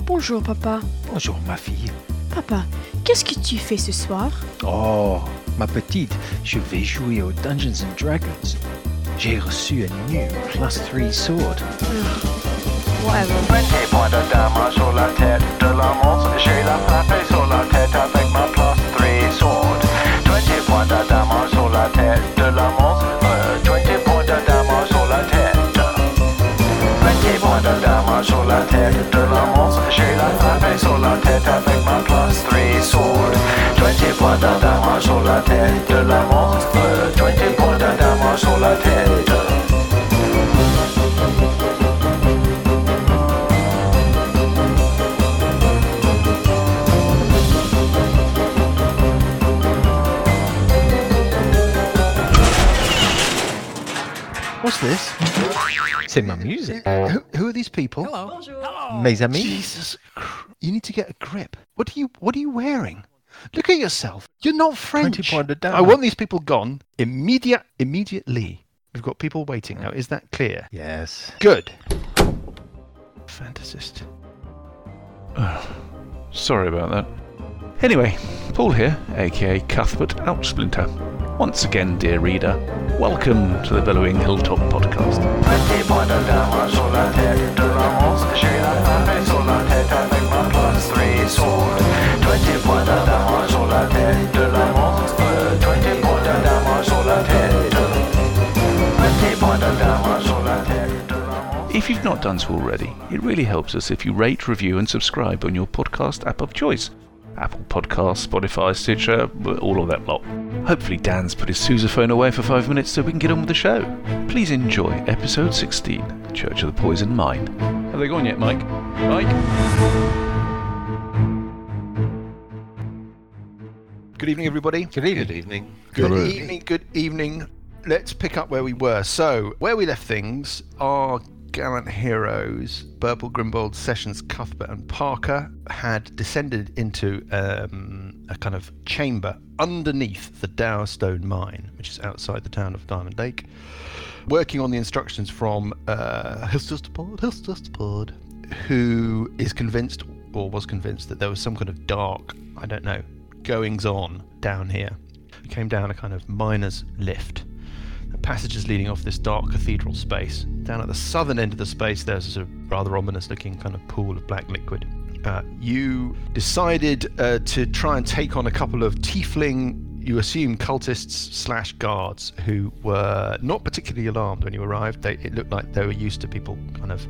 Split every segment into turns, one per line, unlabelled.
Bonjour, papa.
Bonjour ma fille.
Papa, qu'est-ce que tu fais ce soir
Oh, ma petite, je vais jouer aux Dungeons and Dragons. J'ai reçu un new plus 3 sword.
Whatever.
Mettez point de dame sur la tête de la monstre, j'ai la frappée sur la tête avec ma plus 3 sword. 20 points de dame sur la tête de la monstre, euh, 20 points de dame sur la tête. 20 points de dame sur la tête de la monstre, j'ai la frappée sur la tête avec ma plus 3 sword. 20 points de dame sur la tête de la monstre, euh, 20 points de dame sur la tête.
What's this? C'est ma music.
Who, who are these people?
Hello.
Mes amis.
Jesus, Cr- you need to get a grip. What are you? What are you wearing? Look at yourself. You're not French.
pointed down.
I want these people gone immediate, immediately. We've got people waiting now. Is that clear?
Yes.
Good. Fantasist.
Sorry about that. Anyway, Paul here, aka Cuthbert Outsplinter. Once again, dear reader, welcome to the Billowing Hilltop Podcast.
Petit point de dame sur la tête de la monstre, j'ai la frappée sur la tête avec ma plus 3 sword. 20 points de dame sur la tête de la monstre, euh, 20 points de dame sur la tête. Petit point de dame sur la tête de la monstre.
If you've not done so already, it really helps us if you rate, review, and subscribe on your podcast app of choice Apple Podcasts, Spotify, Stitcher, all of that lot. Hopefully, Dan's put his sousaphone away for five minutes so we can get on with the show. Please enjoy episode 16 Church of the Poison Mine. Have they gone yet, Mike? Mike?
Good evening, everybody.
Good evening. Good evening.
Good evening. Good evening. Let's pick up where we were. So, where we left things, our gallant heroes, Burble, Grimbold, Sessions, Cuthbert, and Parker, had descended into um, a kind of chamber underneath the Dowerstone mine, which is outside the town of Diamond Lake, working on the instructions from uh, Hillstustapod, Hillstustapod, who is convinced or was convinced that there was some kind of dark, I don't know, goings on down here. We came down a kind of miner's lift. The passages leading off this dark cathedral space. Down at the southern end of the space, there's a rather ominous looking kind of pool of black liquid. Uh, you decided uh, to try and take on a couple of tiefling, you assume cultists slash guards, who were not particularly alarmed when you arrived. They, it looked like they were used to people kind of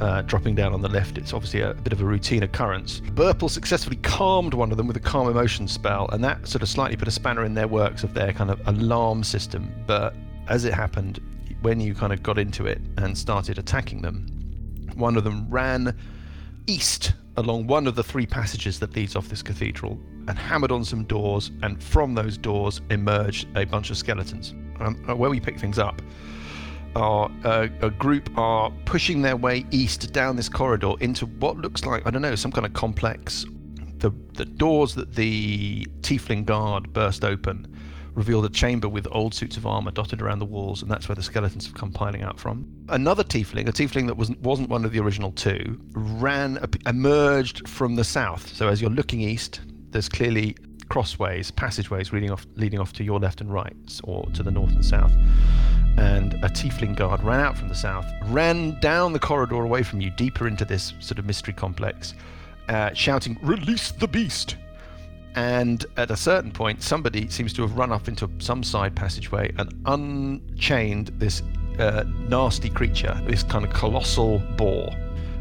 uh, dropping down on the left. It's obviously a, bit of a routine occurrence. Burple successfully calmed one of them with a calm emotion spell, and that sort of slightly put a spanner in their works of their kind of alarm system. But as it happened, when you kind of got into it and started attacking them, one of them ran east along one of the three passages that leads off this cathedral and hammered on some doors, and from those doors emerged a bunch of skeletons. Um, uh, where we pick things up, are uh, a group are pushing their way east down this corridor into what looks like I don't know some kind of complex. The the doors that the tiefling guard burst open revealed a chamber with old suits of armor dotted around the walls, and that's where the skeletons have come piling out from. Another tiefling, a tiefling that wasn't wasn't one of the original two, ran ap- emerged from the south. So as you're looking east, there's clearly crossways, passageways leading off leading off to your left and right, or to the north and south and a tiefling guard ran out from the south, ran down the corridor away from you, deeper into this sort of mystery complex, uh, shouting, Release the beast! And at a certain point, somebody seems to have run up into some side passageway and unchained this uh, nasty creature, this kind of colossal boar,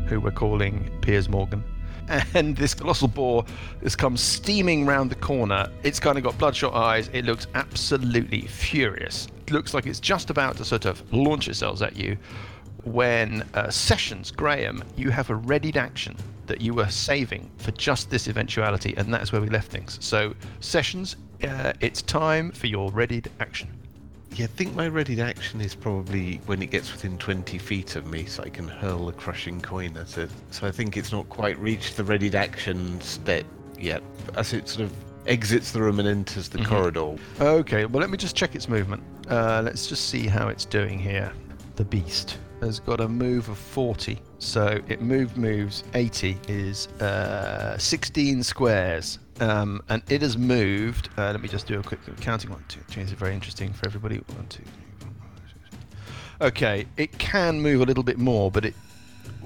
who we're calling Piers Morgan. And this colossal boar has come steaming round the corner. It's kind of got bloodshot eyes. It looks absolutely furious. It looks like it's just about to sort of launch itself at you. When uh, Sessions, Graham, you have a readied action that you were saving for just this eventuality, and that's where we left things. So, Sessions, uh, it's time for your readied action.
Yeah, I think my readied action is probably when it gets within 20 feet of me, so I can hurl a crushing coin at it. So I think it's not quite reached the readied action step yet. As it sort of exits the room and enters the corridor.
Okay, well, let me just check its movement. Uh, let's just see how it's doing here. The beast. has got a move of 40. So it moved moves 80 is uh, 16 squares. Um, and it has moved. Uh, let me just do a quick counting. One, two, three. It's very interesting for everybody. One, two, three, four, five, six, seven. Okay, it can move a little bit more, but it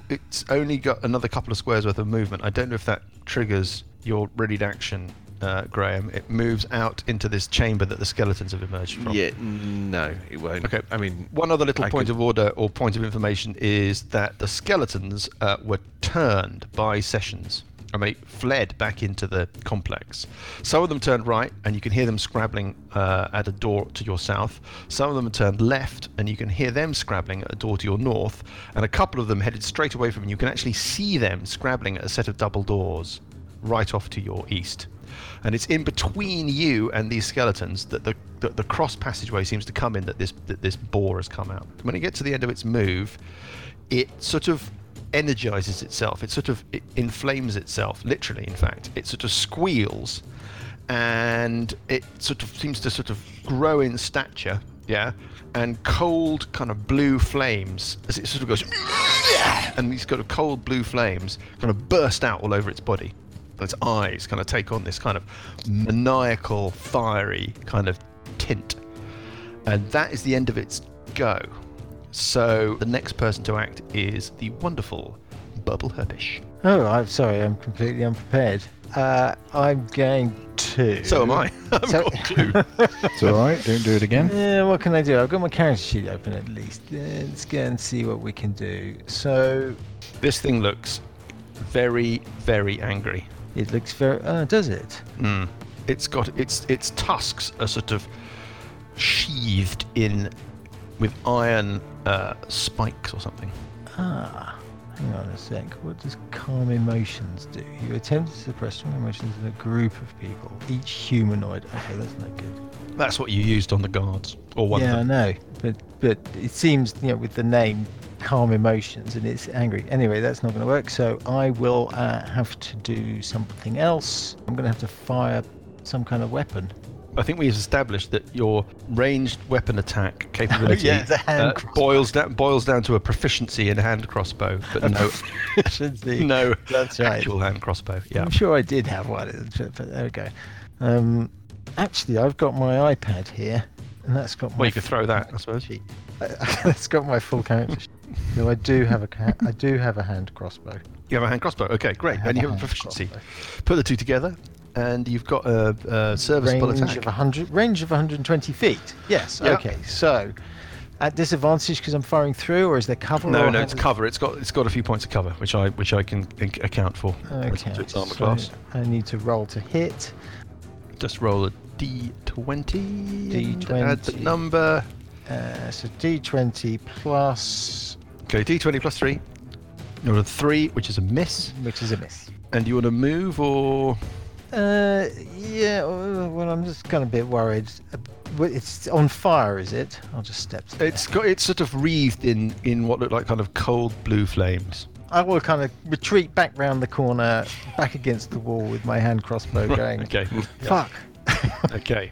it's only got another couple of squares worth of movement. I don't know if that triggers your readied action, uh, Graham. It moves out into this chamber that the skeletons have emerged from.
Yeah, no, it won't.
Okay.
I mean,
One other little
I
point
could-
of order or point of information is that the skeletons uh, were turned by sessions and they fled back into the complex. Some of them turned right and you can hear them scrabbling uh, at a door to your south. Some of them turned left and you can hear them scrabbling at a door to your north. And a couple of them headed straight away from you. You can actually see them scrabbling at a set of double doors right off to your east. And it's in between you and these skeletons that the, that the cross passageway seems to come in that this that this boar has come out. When it gets to the end of its move, it sort of energizes itself. It sort of it inflames itself, literally. In fact, it sort of squeals, and it sort of seems to sort of grow in stature. Yeah, and cold kind of blue flames as it sort of goes, and these kind of cold blue flames kind of burst out all over its body and its eyes kind of take on this kind of maniacal, fiery kind of tint. And that is the end of its go. So the next person to act is the wonderful Bubble Herbish.
Oh, I'm sorry. I'm completely unprepared. Uh, I'm going to.
So am I. I've
So-
got a clue.
It's all right. Don't do it again.
Yeah, what can I do? I've got my character sheet open at least. Uh, Let's go and see what we can do. So
this thing looks very, very angry.
it looks very. Oh, does it?
Mm. It's got its its tusks are sort of sheathed in with iron uh, spikes or something.
Ah, hang on a sec. What does calm emotions do? You attempt to suppress strong emotions in a group of people, each humanoid. Okay, that's not good.
That's what you used on the guards or one
yeah,
of them.
I know. But but it seems you know with the name calm emotions and it's angry. Anyway, that's not going to work. So I will uh, have to do something else. I'm going to have to fire some kind of weapon.
I think we've established that your ranged weapon attack capability
yeah, the hand
uh,
crossbow.
boils down boils down to a proficiency in hand crossbow, but no, no
That's right.
actual hand crossbow. Yeah,
I'm sure I did have one. But but there we go. Um, actually, I've got my iPad here, and that's got my.
well, you could throw that, I suppose.
that's got my full character. sheet. so I do have a ca- I do have a hand crossbow.
You have a hand crossbow. Okay, great.
I have
And you
a
have a
hand
proficiency.
crossbow.
Put the two together, and you've got a, a serviceable
range
attack.
of 100 range of 120 feet yes
Yeah.
okay so at disadvantage because i'm firing through or is there cover
no,
or
no,
how
it's
does-
cover. It's got it's got a few points of cover, which I which I can ac- account for.
okay
It's armor
so
class.
i need to roll to hit
Just roll a d20. and Add the
D20.
number.
uh, so d20 plus
Okay, d20 plus three. You want a three, which is a miss,
which is a miss
and you want to move or
uh yeah uh, well i'm just kind of a bit worried Uh, w- it's on fire is it i'll just step to
it's got it's sort of wreathed in in what look like kind of cold blue flames.
there. i will kind of retreat back round the corner back against the wall with my hand crossbow going
Okay,
fuck
okay,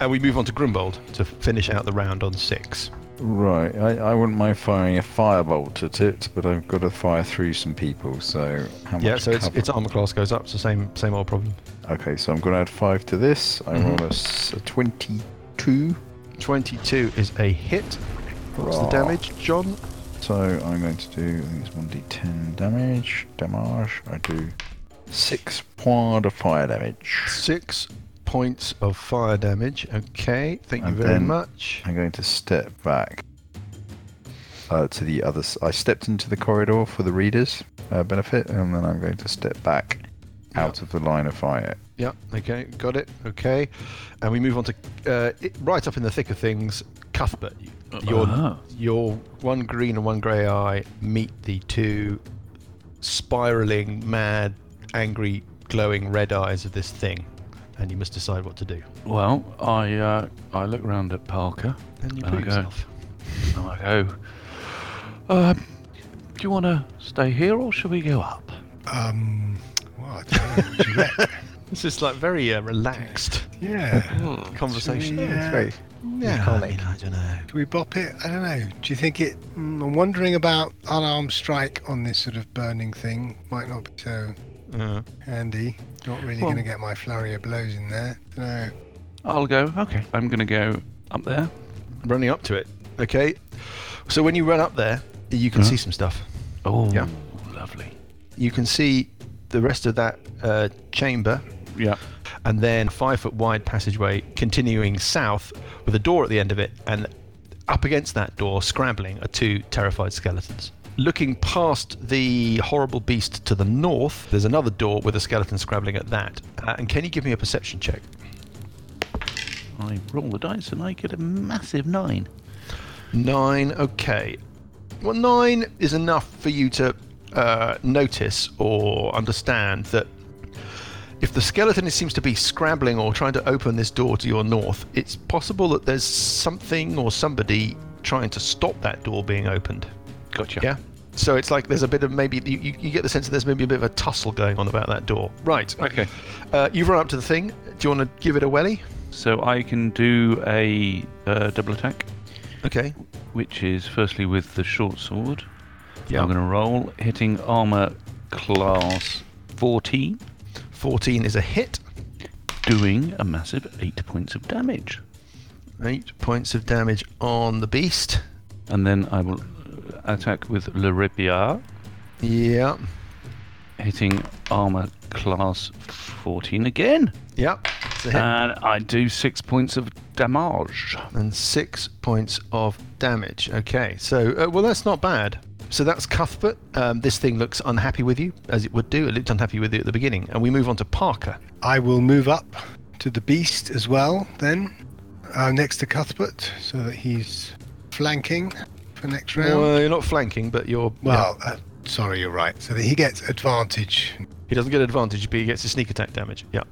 and we move on to Grimbold to finish out the round on six.
Right. I, I wouldn't mind firing a firebolt at it, but I've got to fire through some people. So how much?
Yeah, so it's,
cover-
its armor class goes up. So same same old problem.
Okay, so I'm going to add five to this.
Mm-hmm.
I roll a s- a twenty-two.
Twenty-two is a hit. What's the
Rah.
damage, John?
So I'm going to do, I think it's 1d10 damage. Damage. I do six point of fire damage.
Six points of fire damage. Okay, thank you
And
very
then-
much.
I'm going to step back uh, to the other. s- I stepped into the corridor for the reader's uh, benefit, and then I'm going to step back out of the line of fire.
Yeah, okay, got it. Okay. And we move on to uh, it, right up in the thick of things, Cuthbert. Your your one green and one grey eye meet the two spiraling, mad, angry, glowing red eyes of this thing, and you must decide what to do.
Well, I uh, I look round at Parker
And you put
And I go.
yourself.
and I go, uh, "Do you want to stay here or should we go up?"
Um, well, I don't know, Gillette.
This is like very uh, relaxed
yeah.
conversation.
Yeah.
Sorry.
Yeah,
can't
I
make
mean, I don't know. Do we bop it? I don't know. Do you think it? Mm, I'm wondering about unarmed strike on this sort of burning thing. Might not be so
Uh,
handy. Not really
Well-
going to get my flurry of blows in there. No.
I'll go. Okay. I'm going to go up there.
running up to it. Okay. So when you run up there, you can see some stuff.
Oh,
Yeah.
lovely.
You can see the rest of that uh, chamber
Yeah.
and then a five foot wide passageway continuing south with a door at the end of it and up against that door scrambling are two terrified skeletons looking past the horrible beast to the north there's another door with a skeleton scrambling at that uh, and can you give me a perception check
I roll the dice and I get a massive nine.
Nine, okay. Well, nine is enough for you to uh, notice or understand that if the skeleton is- seems to be scrambling or trying to open this door to your north, it's possible that there's something or somebody trying to stop that door being opened.
Gotcha.
Yeah? So it's like there's a bit of maybe, you, you, you get the sense that there's maybe a bit of a tussle going on about that door. Right.
Okay.
Uh, you've run up to the thing. Do you want to give it a welly?
So I can do a uh, double attack,
Okay.
which is firstly with the short sword. I'm going to roll, hitting armor class 14,
14 is a hit.
doing a massive 8 points of damage.
Eight points of damage on the beast.
And then I will uh, attack with Le Rapier,
Yeah.
hitting armor class 14 again.
Yeah. It's a hit.
And I do 6 points of damage.
and six points of damage. Okay. So, uh, well, that's not bad. So that's Cuthbert. Um, this thing looks unhappy with you, as it would do. It looked unhappy with you at the beginning. And we move on to Parker.
I will move up to the beast as well, then, uh, next to Cuthbert, so that he's flanking for next round.
Well, you're not flanking, but you're.
well, uh, sorry, you're right. So that he gets advantage.
yeah. he doesn't get advantage, but he gets a sneak attack damage. Yeah.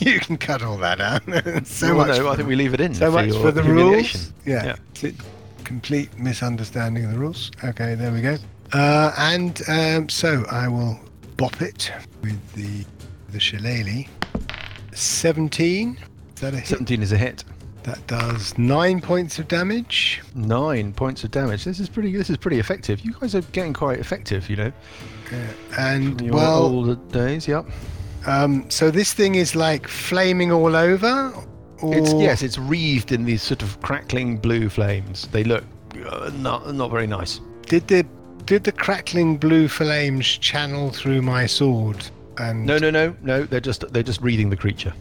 you can cut all that out. so
Well,
much.
no, I
for-
think we leave it in. for
so much
your
for the
humiliation.
rules. Yeah.
Yeah.
It's a complete misunderstanding of the rules. Okay, there we go. Uh, and um, so I will bop it with the the shillelagh. Seventeen. Is that a hit?
Seventeen is a hit.
That does nine points of damage.
Nine points of damage. This is pretty. This is pretty effective. You guys are getting quite effective. You know,
And
in your
well,
older days. Yep.
um, so this thing is like flaming all over. Or
It's yes, it's wreathed in these sort of crackling blue flames. They look uh, not not very nice.
Did the did the crackling blue flames channel through my sword? And
No, no, no, no. They're just they're just wreathing the creature.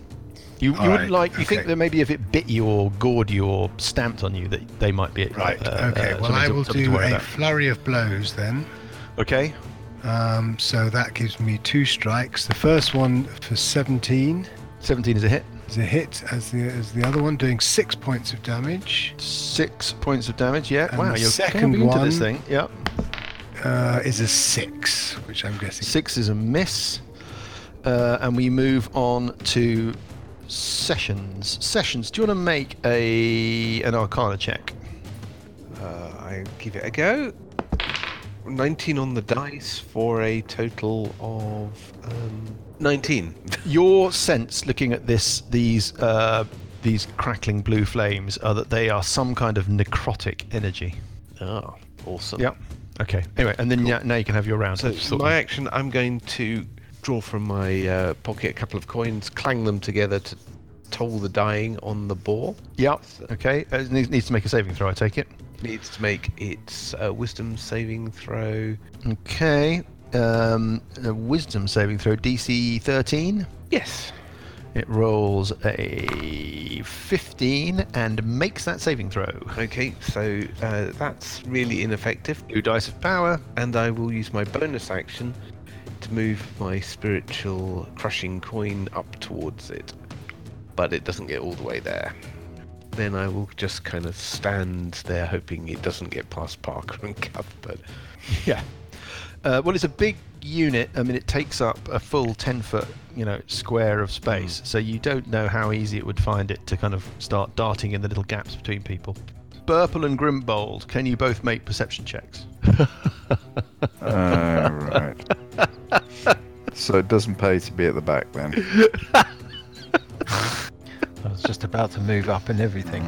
You, you wouldn't
Alright,
like. You think
okay.
that maybe if it bit you or gored you or stamped on you, that they might be.
Right.
uh, uh,
okay. well,
something
I
to-
will
something to
do
worry
a
about.
flurry of blows then.
Okay.
Um, so that gives me two strikes. The first one for 17
Seventeen is a hit.
is a hit, as the as the other one, doing six points of damage.
Six points of damage. Yeah.
And
wow.
the
You're
second
camping into this
one-
thing. Yeah.
Uh, is a six, which I'm guessing.
Six is a miss. Uh, and we move on to sessions. Sessions. Do you want to make a an Arcana check?
Uh, I give it a go. 19 on the dice for a total of um, 19.
Your sense, looking at this, these uh, these crackling blue flames, are that they are some kind of necrotic energy. Ah,
oh, awesome.
Yep. Okay. Anyway, and then yeah, now you can have your round.
So
That's sort of-
my action, I'm going to draw from my uh, pocket a couple of coins, clang them together to toll the dying on the boar.
Yep. Okay. Uh, it needs, needs to make a saving throw. I take it.
Needs to make its uh, wisdom saving throw.
Okay. Um, a wisdom saving throw, DC 13.
Yes.
It rolls a 15 and makes that saving throw.
Okay, so uh, that's really ineffective.
Two dice of power.
and I will use my bonus action to move my spiritual crushing coin up towards it. But it doesn't get all the way there. Then I will just kind of stand there hoping it doesn't get past Parker and Cuthbert.
Yeah. Uh, well, it's a big unit. I mean, it takes up a full 10 foot, you know, square of space. So you don't know how easy it would find it to kind of start darting in the little gaps between people. Burple and Grimbold, can you both make perception checks?
Uh, right. So it doesn't pay to be at the back then.
That was was just about to move up and everything.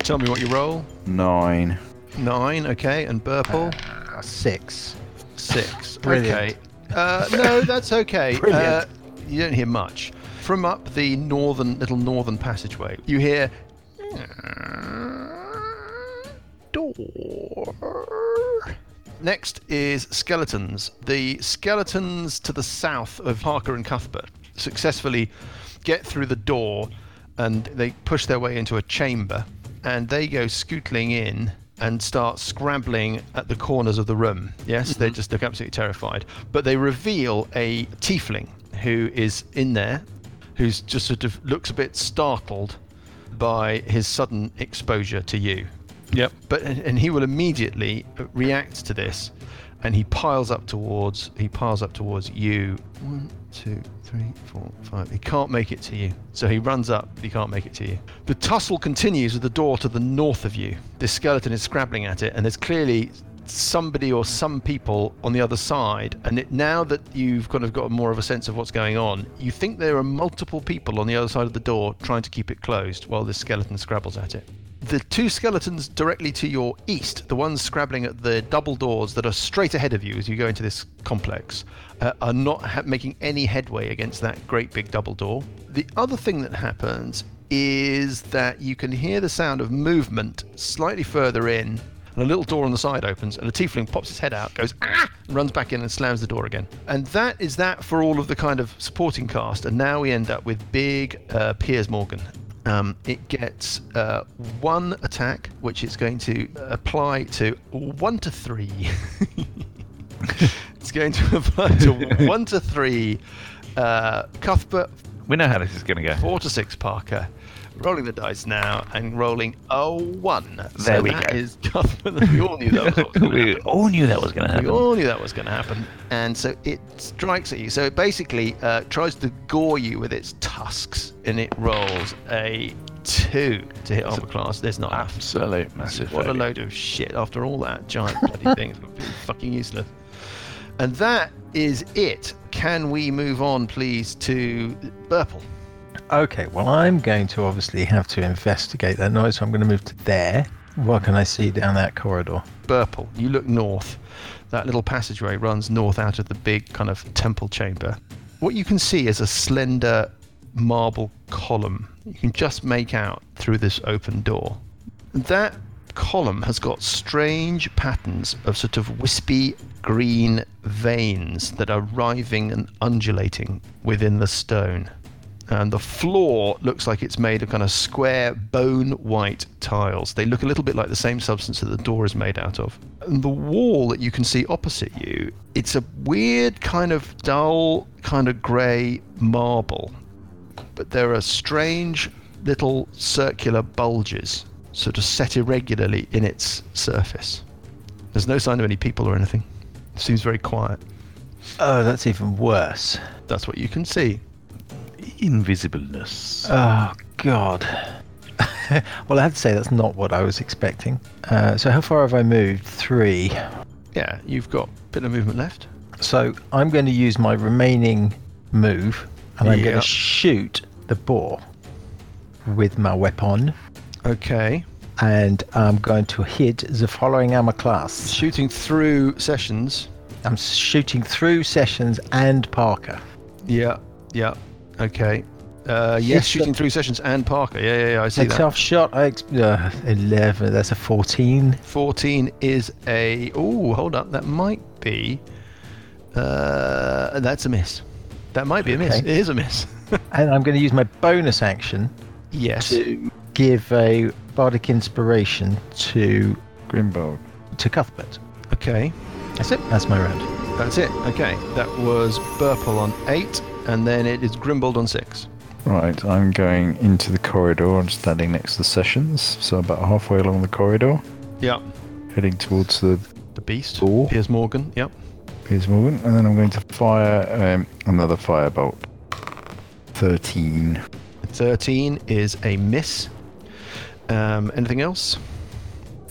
Tell me what you roll.
Nine.
Nine, okay, and Burple
Ah, six.
six.
brilliant.
Okay. Uh, no, that's okay. Uh, you don't hear much from up the northern little northern passageway. You hear Uh, door. Next is skeletons. The skeletons to the south of Harker and Cuthbert successfully get through the door and they push their way into a chamber and they go scootling in and start scrambling at the corners of the room. Yes, they just look absolutely terrified. But they reveal a tiefling who is in there, who's just sort of looks a bit startled by his sudden exposure to you.
Yep.
But and and he will immediately react to this, and he piles up towards he piles up towards you. One, two, three, four, five. He can't make it to you, so he runs up. He can't make it to you. The tussle continues with the door to the north of you. This skeleton is scrabbling at it, and there's clearly somebody or some people on the other side and it, now that you've kind of got more of a sense of what's going on you think there are multiple people on the other side of the door trying to keep it closed while this skeleton scrabbles at it the two skeletons directly to your east the ones scrabbling at the double doors that are straight ahead of you as you go into this complex uh, are not ha- making any headway against that great big double door the other thing that happens is that you can hear the sound of movement slightly further in and a little door on the side opens, and a tiefling pops his head out, goes ah, and runs back in and slams the door again. And that is that for all of the kind of supporting cast. And now we end up with big uh, Piers Morgan. Um, it gets uh, one attack, which it's going to apply to one to three. it's going to apply to one to three. Uh, Cuthbert,
We know how this is going to go.
four to six Parker. Rolling the dice now and rolling a one. so
There we
that
go.
is Cuthbert. We all knew that was what was going to
we
happen.
all knew that was going to
We
happen.
all knew that was going to happen. And so it strikes at you. So it basically uh, tries to gore you with its tusks, and it rolls a two to hit armor class. There's not enough.
Absolute massive.
What a
failure.
load of shit after all that giant bloody thing. It's completely fucking useless. And that is it. Can we move on, please, to Burple?
Okay, well, I'm going to obviously have to investigate that noise, so I'm going to move to there. What can I see down that corridor?
Burple. You look north. That little passageway runs north out of the big kind of temple chamber. What you can see is a slender marble column. You can just make out through this open door. That column has got strange patterns of sort of wispy green veins that are writhing and undulating within the stone. And the floor looks like it's made of kind of square bone white tiles. They look a little bit like the same substance that the door is made out of. And the wall that you can see opposite you, it's a weird kind of dull, kind of grey marble. But there are strange little circular bulges, sort of set irregularly in its surface. There's no sign of any people or anything. It seems very quiet.
Oh, that's even worse.
That's what you can see.
Invisibleness.
Oh, God. well, I have to say, that's not what I was expecting. Uh, so, how far have I moved? Three.
Yeah, you've got a bit of movement left.
So, I'm going to use my remaining move and I'm going
Yeah.
to shoot the boar with my weapon.
Okay.
And I'm going to hit the following armor class.
shooting through sessions.
I'm shooting through Sessions and Parker.
Yeah, yeah. Okay. Uh, yes,
Yes,
shooting
but-
through sessions and Parker. Yeah, yeah, yeah. I see
Take
that.
self shot. I ex- uh, eleven. That's a fourteen.
Fourteen is a. Oh, hold up. That might be. Uh, that's a miss. That might be a miss.
Okay.
It is a miss.
And I'm going to use my bonus action
yes.
to give a bardic inspiration to
Grimbold.
to Cuthbert.
Okay.
That's it. That's my round.
That's it. Okay. That was Burple on eight, and then it is Grimbold on six.
Right, I'm going into the corridor and standing next to the sessions, so about halfway along the corridor,
Yeah.
heading towards the
The beast.
Ooh.
Piers Morgan. Yep.
Piers Morgan, and then I'm going to fire um, another firebolt. 13.
13 is a miss. Um, anything else?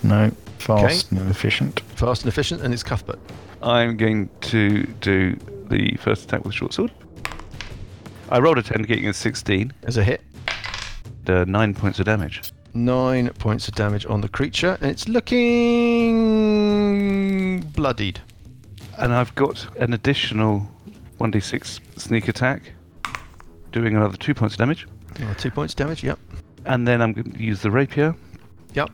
No, fast and efficient.
Fast and efficient, and it's Cuthbert.
I'm going to do the first attack with a short sword. I rolled a 10, getting a 16.
As a hit.
uh, nine points of damage.
Nine points of damage on the creature, and it's looking bloodied.
And I've got an additional 1d6 sneak attack, doing another two points of damage.
Oh, two points damage. Yep.
And then I'm going to use the rapier,
Yep.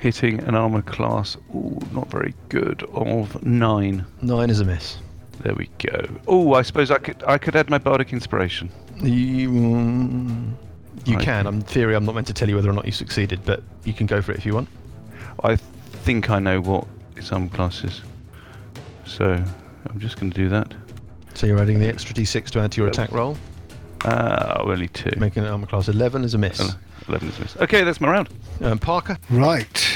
hitting an armor class, ooh, not very good, of nine.
Nine is a miss.
There we go. Oh, I suppose I could I could add my bardic inspiration.
You, mm, you
Right.
can. I'm in theory. I'm not meant to tell you whether or not you succeeded, but you can go for it if you want.
I think I know what its armor class is, so I'm just going to do that.
So you're adding the extra d6 to add to your attack roll,
Uh, oh, only two.
making an armor class 11 is a miss.
Ele- Eleven is missed. Okay, that's my round.
Um, Parker,
Right.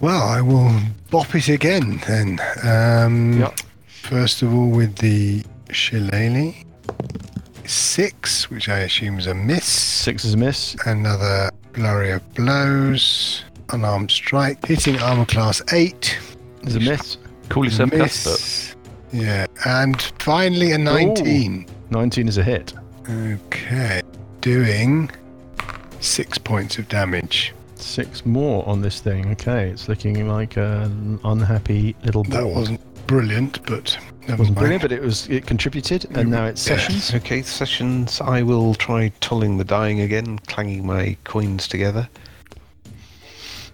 Well, I will bop it again then. Um,
Yep.
First of all, with the shillelagh. Six, which I assume is a miss.
six is a miss.
Another flurry of blows. Unarmed strike. Hitting armor class eight.
Is a miss.
Call yourself Cuthbert.
miss. Yeah. And finally, a 19.
19 is a hit.
Okay. Doing six points of damage.
Six more on this thing. Okay, it's looking like an unhappy little
That
boar.
wasn't brilliant, but never
wasn't
mind.
brilliant, but it was. It contributed, and now it's sessions.
Okay, sessions. I will try tolling the dying again, clanging my coins together.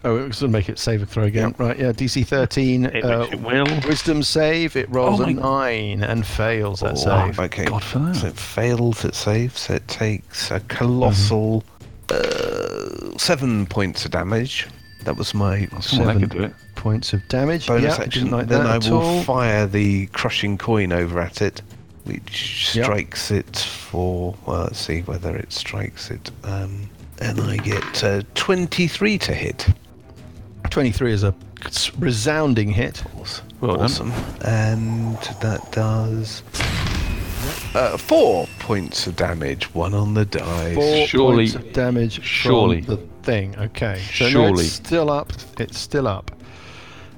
Oh, it was going to make it save a throw again. Right, yeah, DC 13.
It
uh,
makes it will.
Wisdom save. It rolls
Oh
a
my-
nine and fails that
Oh,
save.
Okay.
God for
So
that.
it fails, it saves, so it takes a colossal uh, seven points of damage. That was my
Come on, that
seven
could do it.
points of damage.
bonus
yeah,
action.
Didn't like
then
that
I
at
will
all.
fire the crushing coin over at it, which
Yep.
strikes it for. Well, let's see whether it strikes it. Um, and I get uh, 23 to hit.
23 is a resounding hit.
Well done.
awesome. And that does uh, four points of damage. One on the die.
Four
Surely-
points of damage from
surely.
the thing. Okay. So no,
Surely.
it's still up. It's still up.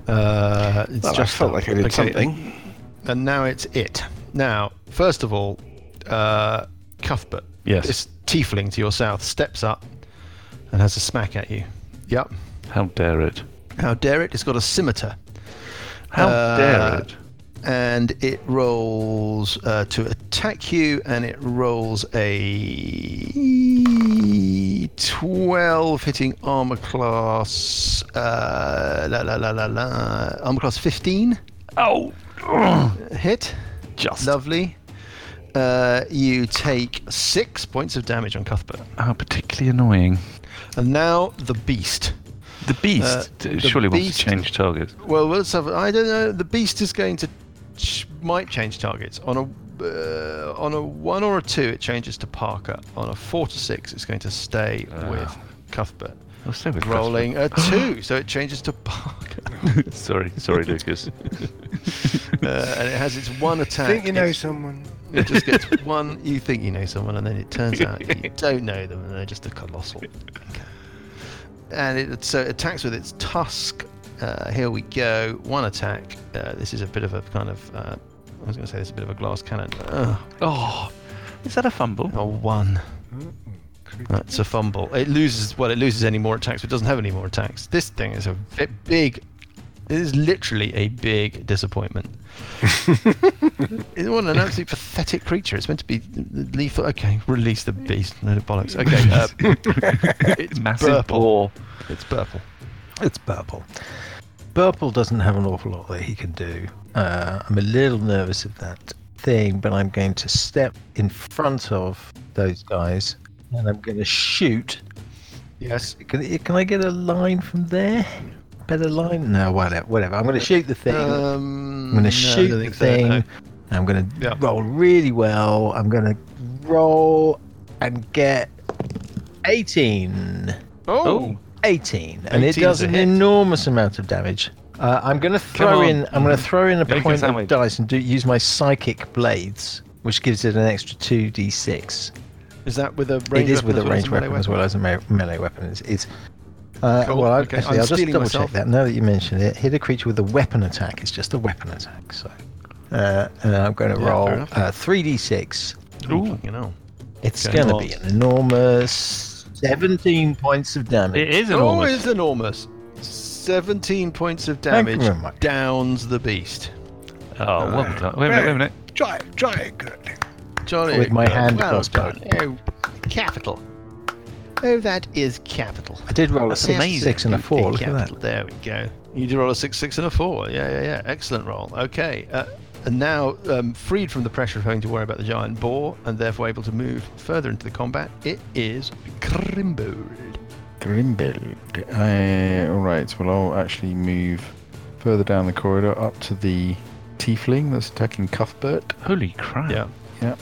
Uh, it's
Well, I
just
felt
up.
like I did
Okay.
something.
And now it's it. Now, first of all, uh, Cuthbert.
Yes.
This tiefling to your south steps up and has a smack at you. Yep.
How dare it?
How dare it? It's got a scimitar.
How
Uh,
dare it?
and it rolls uh, to attack you, and it rolls a 12 hitting armor class. Uh, la, la, la, la, la, armor class 15
Oh,
uh, hit.
just
Lovely. Uh, you take six points of damage on Cuthbert.
how particularly annoying.
And now the beast.
The beast
Uh, the
surely wants
beast-
to change targets.
Well, let's have. I don't know. The beast is going to ch- might change targets on a uh, on a one or a two. It changes to Parker. On a four to six, it's going to stay with Cuthbert.
I'll stay Ah. with
Rolling a two, so it changes to Parker,
Cuthbert. sorry, sorry, Lucas.
uh, and it has its one attack.
think you know
It's-
someone.
It just gets one. You think you know someone, and then it turns out you don't know them, and they're just a colossal. And it so it attacks with its tusk. Uh, here we go. One attack. Uh, this is a bit of a kind of. Uh, I was going to say this is a bit of a glass cannon. Ugh,
Oh, is that a fumble?
a Oh, one. That's a fumble. It loses. Well, it loses any more attacks. But it doesn't have any more attacks. This thing is a vi- big. It is literally a big disappointment. It's what an absolute pathetic creature. It's meant to be lethal. Okay, release the beast. No bollocks. Okay, uh,
it's massive
purple.
bore.
it's purple.
It's Burple. Burple doesn't have an awful lot that he can do. Uh, I'm a little nervous of that thing, but I'm going to step in front of those guys and I'm going to shoot.
Yes.
Can, can I get a line from there? Better line? No, whatever. whatever. I'm going to shoot the thing.
Um,
I'm going to
no, I
shoot
don't
the
think so,
thing.
no.
I'm going to
Yeah.
roll really well. I'm going to roll and get 18.
Oh,
18, and it
18
does
is a
an
hit.
enormous amount of damage. Uh, I'm going to throw
on.
in. I'm going to throw in a
Make a
point of
sandwich.
dice and do use my psychic blades, which gives it an extra two d6.
is that with a range
It is
weapon as
with a
well as
ranged weapon, as well as a me- melee weapon. It's, it's uh,
Cool,
well, I,
okay,
actually,
I'm
I'll just
stealing
double
myself.
check that. Now that you mention it, hit a creature with a weapon attack. It's just a weapon attack. So, uh, and I'm going to
Yeah, fair
roll uh,
enough.
three d6.
Ooh, fucking hell.
It's
Okay.
going to be an enormous Seventeen points of damage.
It is
Oh,
enormous.
it's enormous. 17 points of
Thank you
damage
very much.
downs the beast.
Oh, well done. Wait a minute, wait a minute.
Try it, try it good.
Johnny.
With my hand
well
crossbow.
done. Oh, capital. Oh, that is capital.
I did roll a
That's
six,
amazing.
six, and a
You
four.
did
Look at that.
capital. There we go. You did roll a six, six, and a four. Yeah, yeah, yeah. Excellent roll. Okay. Uh, and now, um, freed from the pressure of having to worry about the giant boar, and therefore able to move further into the combat, it is Grimbold.
Grimbild. Uh, all right. Well, I'll actually move further down the corridor up to the tiefling that's attacking Cuthbert.
Holy crap.
Yeah.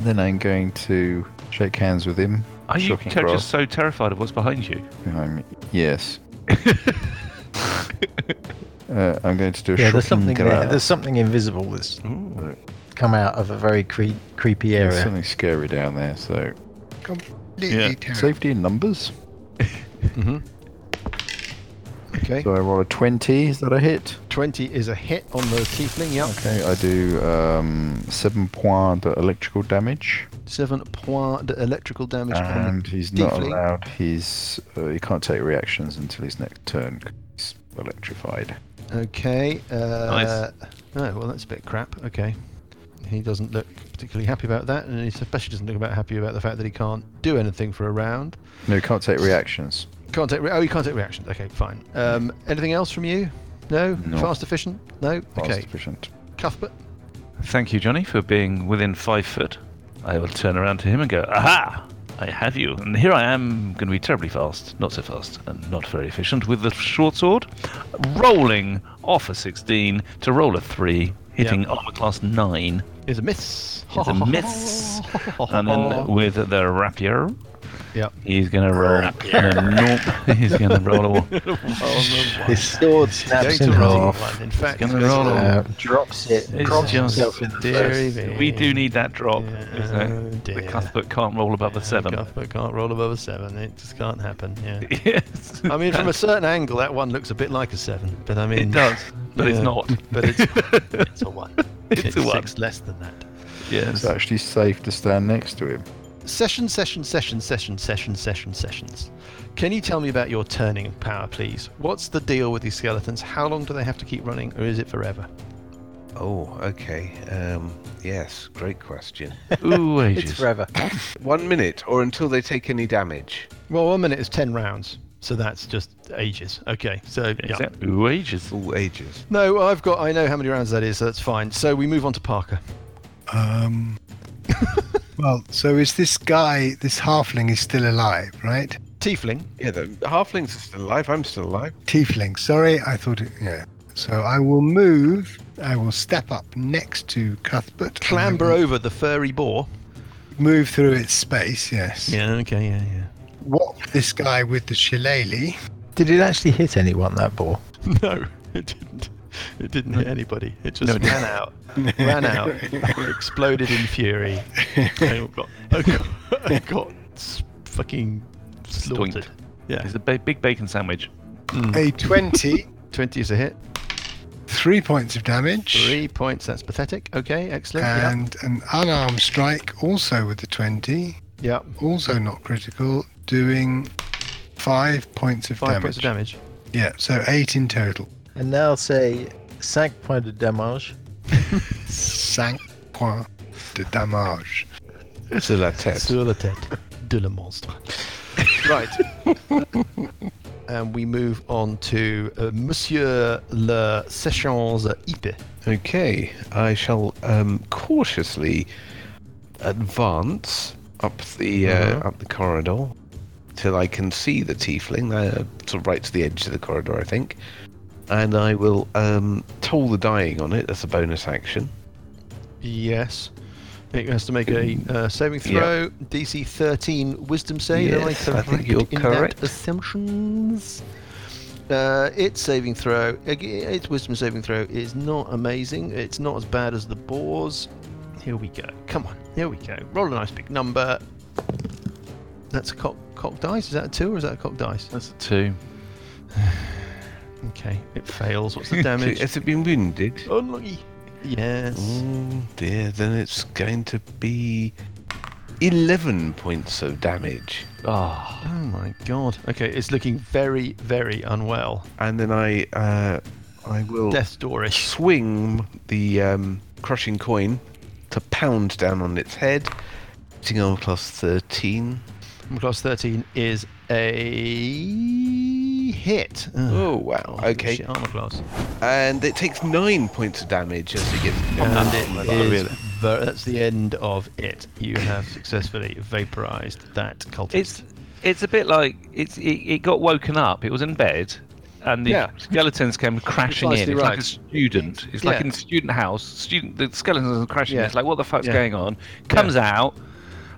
Then I'm going to shake hands with him.
Are you
Shocking
ter-
brawl.
just so terrified of what's behind you?
behind me. Yes. uh, I'm going to do a
Yeah,
shocking
there's something there.
grab.
There's something invisible that's
Ooh.
come out of a very cre- creepy
There's
area.
something scary down there. So
Completely
Yeah.
terrible.
safety in numbers.
Mm-hmm. Okay.
So I roll a 20. Is that a hit?
20 is a hit on the tiefling. Yep.
Okay. I do um, seven point de electrical damage,
Seven point de electrical damage on
and
the
he's not
tiefling.
allowed. He's uh, he can't take reactions until his next turn. 'cause He's electrified.
Okay. Uh, Oh, well, that's a bit crap. Okay. He doesn't look particularly happy about that, and he especially doesn't look about happy about the fact that he can't do anything for a round.
No, he can't take reactions.
Can't take. Re- oh, he can't take reactions. Okay, fine. Um, anything else from you? No.
No.
Fast efficient. No.
Fast
okay.
efficient.
Cuthbert.
Thank you, Johnny, for being within five foot. I will turn around to him and go, Aha! I have you. And here I am, going to be terribly fast, not so fast, and not very efficient with the short sword. Rolling off a 16 to roll a 3, hitting armor class 9.
Is a miss.
It's a miss. and then with the rapier,
Yep.
he's going to roll. Nope. He's going to roll a one.
His sword snaps in
Going to roll
half,
one. In fact,
gonna
it's
roll
to-
one.
uh, drops it,
It's
drops
just-
himself in the
Dear
face.
me.
We do need that drop.
Oh,
isn't it?
dear.
The Cuthbert can't roll above a 7.
Cuthbert can't roll above a seven. It just can't happen. Yeah.
yes.
I mean, from a certain angle, that one looks a bit like a seven, but I mean,
It does, but it's
Yeah.
not.
But it's, it's a one.
It's a one.
six less than that.
Yes.
It's actually safe to stand next to him.
Session, session, session, session, session, session, sessions. Can you tell me about your turning power, please? What's the deal with these skeletons? How long do they have to keep running, or is it forever?
Oh, okay. Um, yes, great question.
Ooh,
It's
ages.
forever.
One minute or until they take any damage.
Well, one minute is ten rounds, so that's just ages. Okay, so yeah.
Is that- Ooh, ages.
All ages.
No, I've got. I know how many rounds that is, so that's fine. So we move on to Parker.
Um, well, so is this guy, this halfling, is still alive, right?
Tiefling.
Yeah, the halflings are still alive. I'm still alive.
Tiefling. Sorry, I thought it. Yeah. So I will move. I will step up next to Cuthbert.
Clamber
Mm-hmm.
over the furry boar.
Move through its space. Yes.
Yeah. Okay. Yeah. Yeah.
Whop this guy with the shillelagh.
Did it actually hit anyone, that ball?
No, it didn't. It didn't hit anybody. It just ran out, ran out, exploded in fury, and got, and got, and got s- fucking slaughtered.
Doinked.
Yeah,
It's a ba- big bacon sandwich.
Mm.
A 20.
twenty is a hit.
Three points of damage.
Three points. That's pathetic. Okay, excellent.
And an unarmed strike, also with the 20,
yeah, yeah.
also not critical, doing five points of
Five
damage.
points of damage.
Yeah, so eight in total.
And now say, cinq points de damage.
Cinq points de damage.
It's a latte.
Sur la tête de le monstre. right. and we move on to uh, Monsieur le Sessions Ipe.
Okay, I shall um, cautiously advance up the uh, up the corridor till I can see the tiefling, uh, sort of right to the edge of the corridor, I think. And I will um, toll the dying on it as a bonus action.
Yes. It has to make a uh, saving throw. DC 13 Wisdom save. I
Yes, I think you're
correct in that
correct.
assumptions. Uh, its saving throw, ag- its Wisdom saving throw is not amazing. It's not as bad as the boar's. Here we go. Come on. Here we go. Roll a nice big number. That's a cock, cock dice. Is that a two or is that a cock dice?
That's a two.
Okay. It fails. What's the damage?
Has it been wounded?
Unlucky. Yes.
Oh dear, then it's going to be 11 points of damage.
Ah,
Oh my god. Okay, it's looking very, very unwell.
And then I uh, I will
Death doorish.
swing the um, crushing coin to pound down on its head. Hitting on class 13.
Class 13 is a hit. Ugh.
Hmm.
Oh, wow. Okay.
Shit, armor class.
And it takes 9 points of damage as it gets
And
pounded.
it
Oh,
is
really?
ver- that's the end of it. You have successfully vaporized that cultist.
it's it's a bit like it's it, it got woken up. It was in bed, and the
Yeah.
skeletons came crashing
Precisely
in. It's like
right.
a student. It's like
Yeah.
in student house. Student the skeletons are crashing. in.
Yeah.
It's like what the fuck's
Yeah.
going on? Comes out.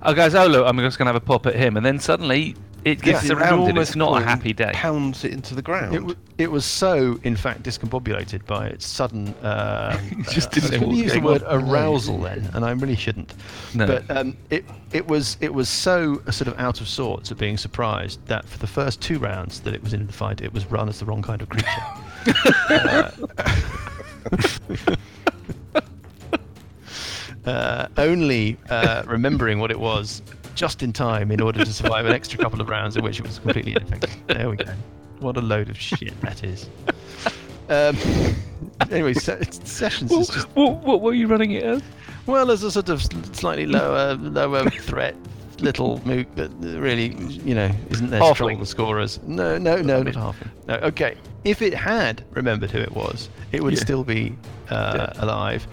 Oh, guys, oh look, I'm just gonna have a pop at him, and then suddenly it gets
Yeah.
surrounded.
Enormous
It's not a
coin
happy day.
Pounds it into the ground.
It, w- it was so, in fact, discombobulated by its sudden. Uh, uh,
Just
I was
didn't know
gonna
what was
use the
going
word arousal then, and I really shouldn't.
No.
But um, it it was it was so uh, sort of out of sorts at being surprised that for the first two rounds that it was in the fight, it was run as the wrong kind of creature. uh, only uh, remembering what it was just in time in order to survive an extra couple of rounds in which it was completely ineffective. There we go. What a load of shit that is. Um, anyway, se- sessions is just
What, what were you running it as?
well as a sort of slightly lower lower threat little moot that really you know isn't there
Halfling.
strong scorers. No, no, no, not half. No, okay. If it had remembered who it was, it would still be uh, alive,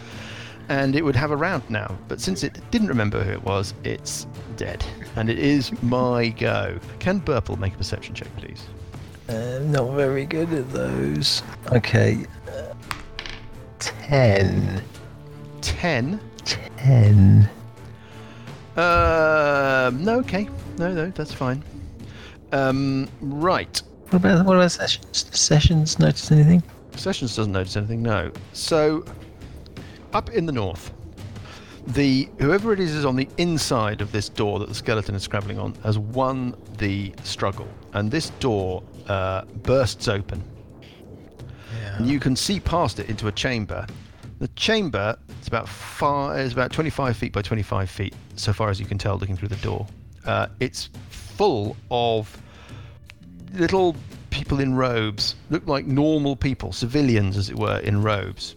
and it would have a round now. But since it didn't remember who it was, it's dead, and it is my go. Can Burple make a perception check, please?
Uh, not very good at those. Okay. uh, Ten.
Ten.
Ten.
Um, no, okay. No, no, that's fine. Um, right.
What about what about sessions? Sessions notice anything?
Sessions doesn't notice anything, no. So, up in the north, the whoever it is is on the inside of this door that the skeleton is scrabbling on has won the struggle, and this door uh, bursts open, and you can see past it into a chamber. The chamber is about far is about 25 feet by 25 feet, so far as you can tell, looking through the door. Uh, it's full of little people in robes look like normal people, civilians, as it were, in robes.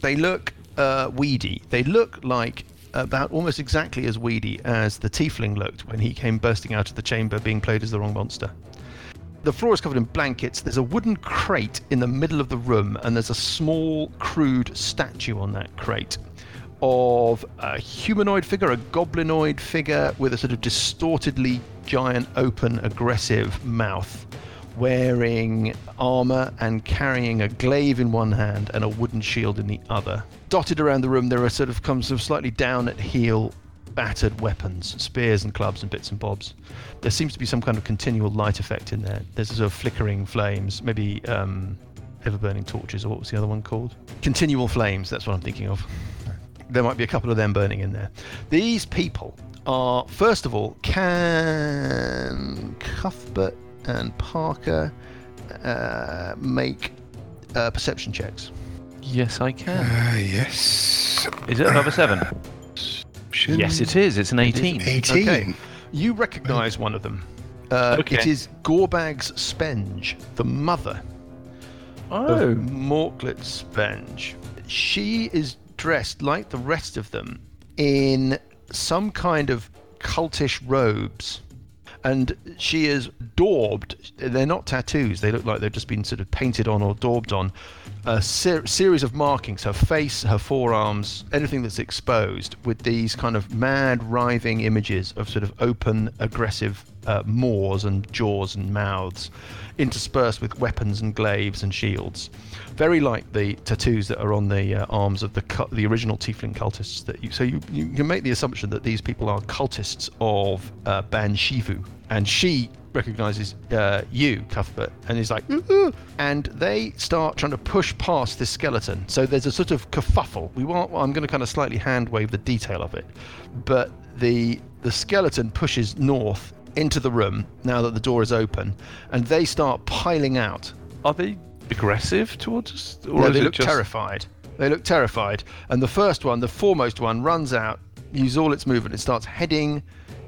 They look uh, weedy. They look like about almost exactly as weedy as the tiefling looked when he came bursting out of the chamber, being played as the wrong monster. The floor is covered in blankets. There's a wooden crate in the middle of the room, and there's a small, crude statue on that crate of a humanoid figure, a goblinoid figure with a sort of distortedly giant, open, aggressive mouth, wearing armor and carrying a glaive in one hand and a wooden shield in the other. Dotted around the room, there are sort of comes sort of slightly down at heel battered weapons, spears and clubs and bits and bobs. There seems to be some kind of continual light effect in there. There's a sort of flickering flames, maybe um, ever burning torches, or what was the other one called? Continual flames, that's what I'm thinking of. There might be a couple of them burning in there. These people are, first of all, can Cuthbert and Parker uh, make uh, perception checks?
Yes, I can.
Uh, yes.
Is it another seven?
Option
yes, it is. It's an eighteen.
18.
Okay. You recognise one of them. Uh, It
Okay.
is Gorbags Spenge, the mother
Oh,
of Mortlet Spenge. She is dressed like the rest of them in some kind of cultish robes. And she is daubed. They're not tattoos. They look like they've just been sort of painted on or daubed on. A ser- series of markings: her face, her forearms, anything that's exposed, with these kind of mad, writhing images of sort of open, aggressive uh, maws and jaws and mouths, interspersed with weapons and glaives and shields. Very like the tattoos that are on the uh, arms of the cu- the original Tiefling cultists. That you, so you, you can make the assumption that these people are cultists of uh, Ban Shivu. And she recognizes uh, you, Cuthbert, and is like, "Ooh-ooh." and they start trying to push past this skeleton. So there's a sort of kerfuffle. We want, I'm going to kind of slightly hand wave the detail of it, but the the skeleton pushes north into the room now that the door is open, and they start piling out.
are they aggressive towards us? Or
No,
is
they
it
look
just-
terrified. They look terrified. And the first one, the foremost one, runs out, uses all its movement, and starts heading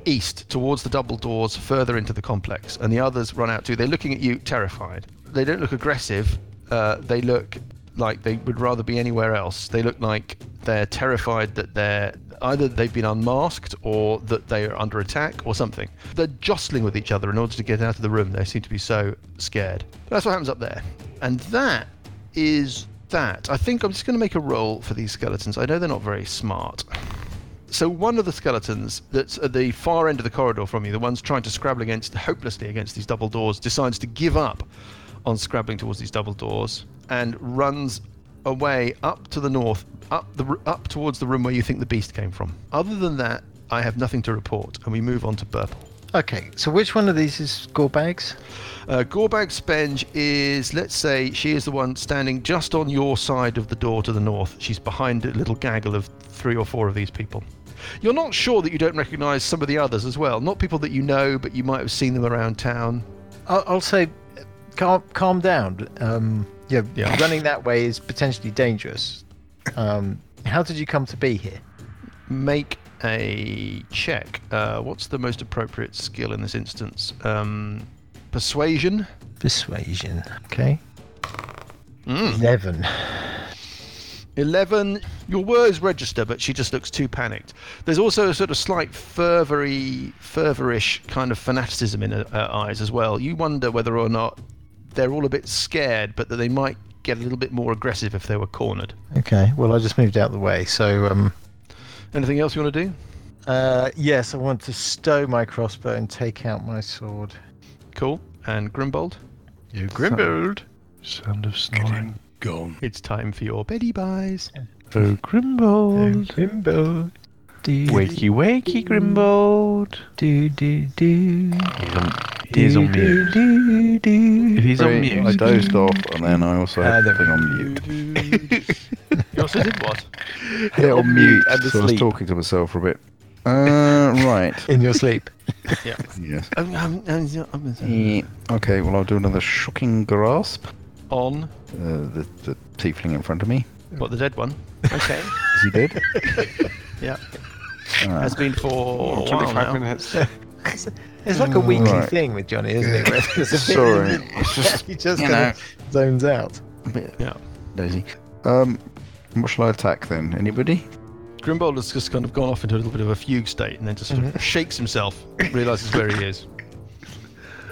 east towards the double doors further into the complex, and the others run out too. They're looking at you terrified. They don't look aggressive, uh, they look like they would rather be anywhere else. They look like they're terrified that they're either they've been unmasked or that they are under attack or something. They're jostling with each other in order to get out of the room. They seem to be so scared. That's what happens up there. And that is that. I think I'm just going to make a roll for these skeletons. I know they're not very smart. So one of the skeletons that's at the far end of the corridor from you, the one's trying to scrabble against hopelessly against these double doors, decides to give up on scrabbling towards these double doors and runs away up to the north, up the r- up towards the room where you think the beast came from. Other than that, I have nothing to report, and we move on to Burple.
Okay, so which one of these is gore bags?
Uh, Gorbag Spenge is, let's say, she is the one standing just on your side of the door to the north. She's behind a little gaggle of three or four of these people. You're not sure that you don't recognise some of the others as well. Not people that you know, but you might have seen them around town.
I'll, I'll say, uh, calm, calm down. Um, yeah,
Yeah.
running that way is potentially dangerous. Um, how did you come to be here?
Make a check. Uh, what's the most appropriate skill in this instance? Um, persuasion.
Persuasion. Okay. Eleven.
11 your words register but she just looks too panicked there's also a sort of slight fervory fervorish kind of fanaticism in her, her eyes as well you wonder whether or not they're all a bit scared but that they might get a little bit more aggressive if they were cornered
Okay. Well, I just moved out of the way. So, um,
anything else you want to do
uh, yes, I want to stow my crossbow and take out my sword.
cool and grimbold
You Grimbold. Sound of snoring.
Gone.
it's time for your beddy buys
Oh, Grimbold.
Grimbo. Do
Wakey, wakey, Grimbold.
do do do.
He's on, he is on mute.
do do.
If he's on
Sorry, I
mute,
dozed off, and then I also
Ah,
had
there
the thing
we
on mute.
you also did what
Yeah, on mute,
and
so I was
asleep.
talking to myself for a bit. Uh, right.
In your sleep.
yes.
Um, um, um, um, um,
Okay, well, I'll do another shocking grasp.
on
Uh, the, the tiefling in front of me.
what the dead one okay
Is he dead?
yeah
Ah.
has been for a while
25
now.
minutes.
It's like a weekly
Right.
thing with Johnny, isn't it? Where there's a bit
Sorry,
in the middle,
it's just,
he just
you
kind of zones out.
yeah
Daisy. Um, what shall I attack then? Anybody?
Grimbold has just kind of gone off into a little bit of a fugue state and then just sort of shakes himself, realizes where he is.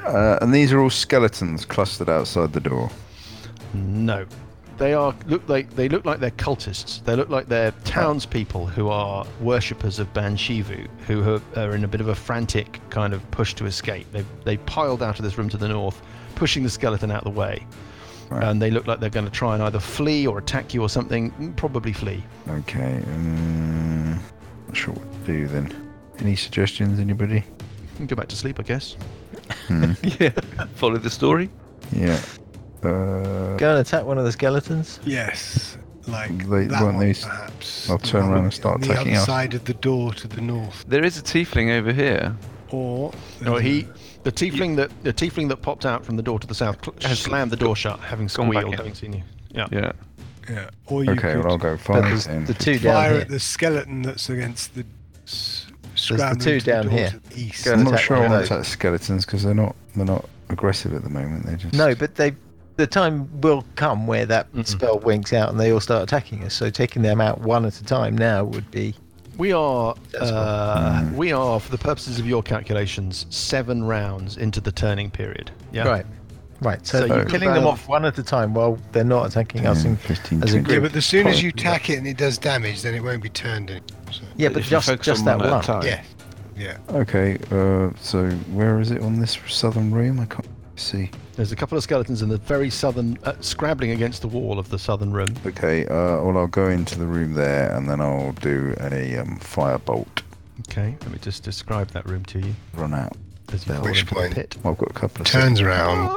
Uh, and these are all skeletons clustered outside the door.
No. They are look like they look like they're cultists. They look like they're townspeople who are worshippers of Banshivu, who are, are in a bit of a frantic kind of push to escape. They they piled out of this room to the north, pushing the skeleton out of the way,
Right.
and they look like they're going to try and either flee or attack you or something. Mm, Probably flee.
Okay. Um, not sure what to do then. Any suggestions, anybody? Hmm.
You can go back to sleep, I guess.
follow the story.
Yeah. Uh,
Go and attack one of the skeletons.
Yes. Like
They-
that
weren't
one,
these-
perhaps.
I'll turn
That
around
one
and start
on the
attacking
other
us.
side of the door to the north,
There is a tiefling over here.
or
No, he, the tiefling that the tiefling that popped out from the door to the south cl- has slammed the door shut, having
gone back
squealed,
in.
having seen you. Yeah.
Yeah.
yeah, or you
okay,
could
well, I'll go
But
five
there's
then.
the two down
fire
here.
at the skeleton that's against the. s- scrambling
two
to the
down
door
here.
to the east.
Go
I'm
and
not
attack
sure
one
I
of
want
those.
to attack skeletons because they're not they're not aggressive at the moment. They just
No, but they, the time will come where that
Mm-hmm.
spell winks out and they all start attacking us. So taking them out one at a time now would be.
We are
That's
uh,
Mm.
we are for the purposes of your calculations seven rounds into the turning period. Yeah.
Right. Right. So,
So you
you're
could
killing them
burn-
off one at a time while they're not attacking us.
Yeah,
In,
15,
as a
20.
Yeah,
group.
but as soon as you tack it and it does damage, then it won't be turned in. So,
yeah, but
If you
just
focus
just
on
that
one at a time.
one.
yeah, yeah.
Okay, uh, so where is it on this southern room? I can't see.
There's a couple of skeletons in the very southern, uh, scrabbling against the wall of the southern room.
Okay, uh, well, I'll go into the room there and then I'll do a um, firebolt
Okay. Let me just describe that room to you.
run out.
As you
At
fall
which
into
point-
the pit.
I've got a couple of
Turns around.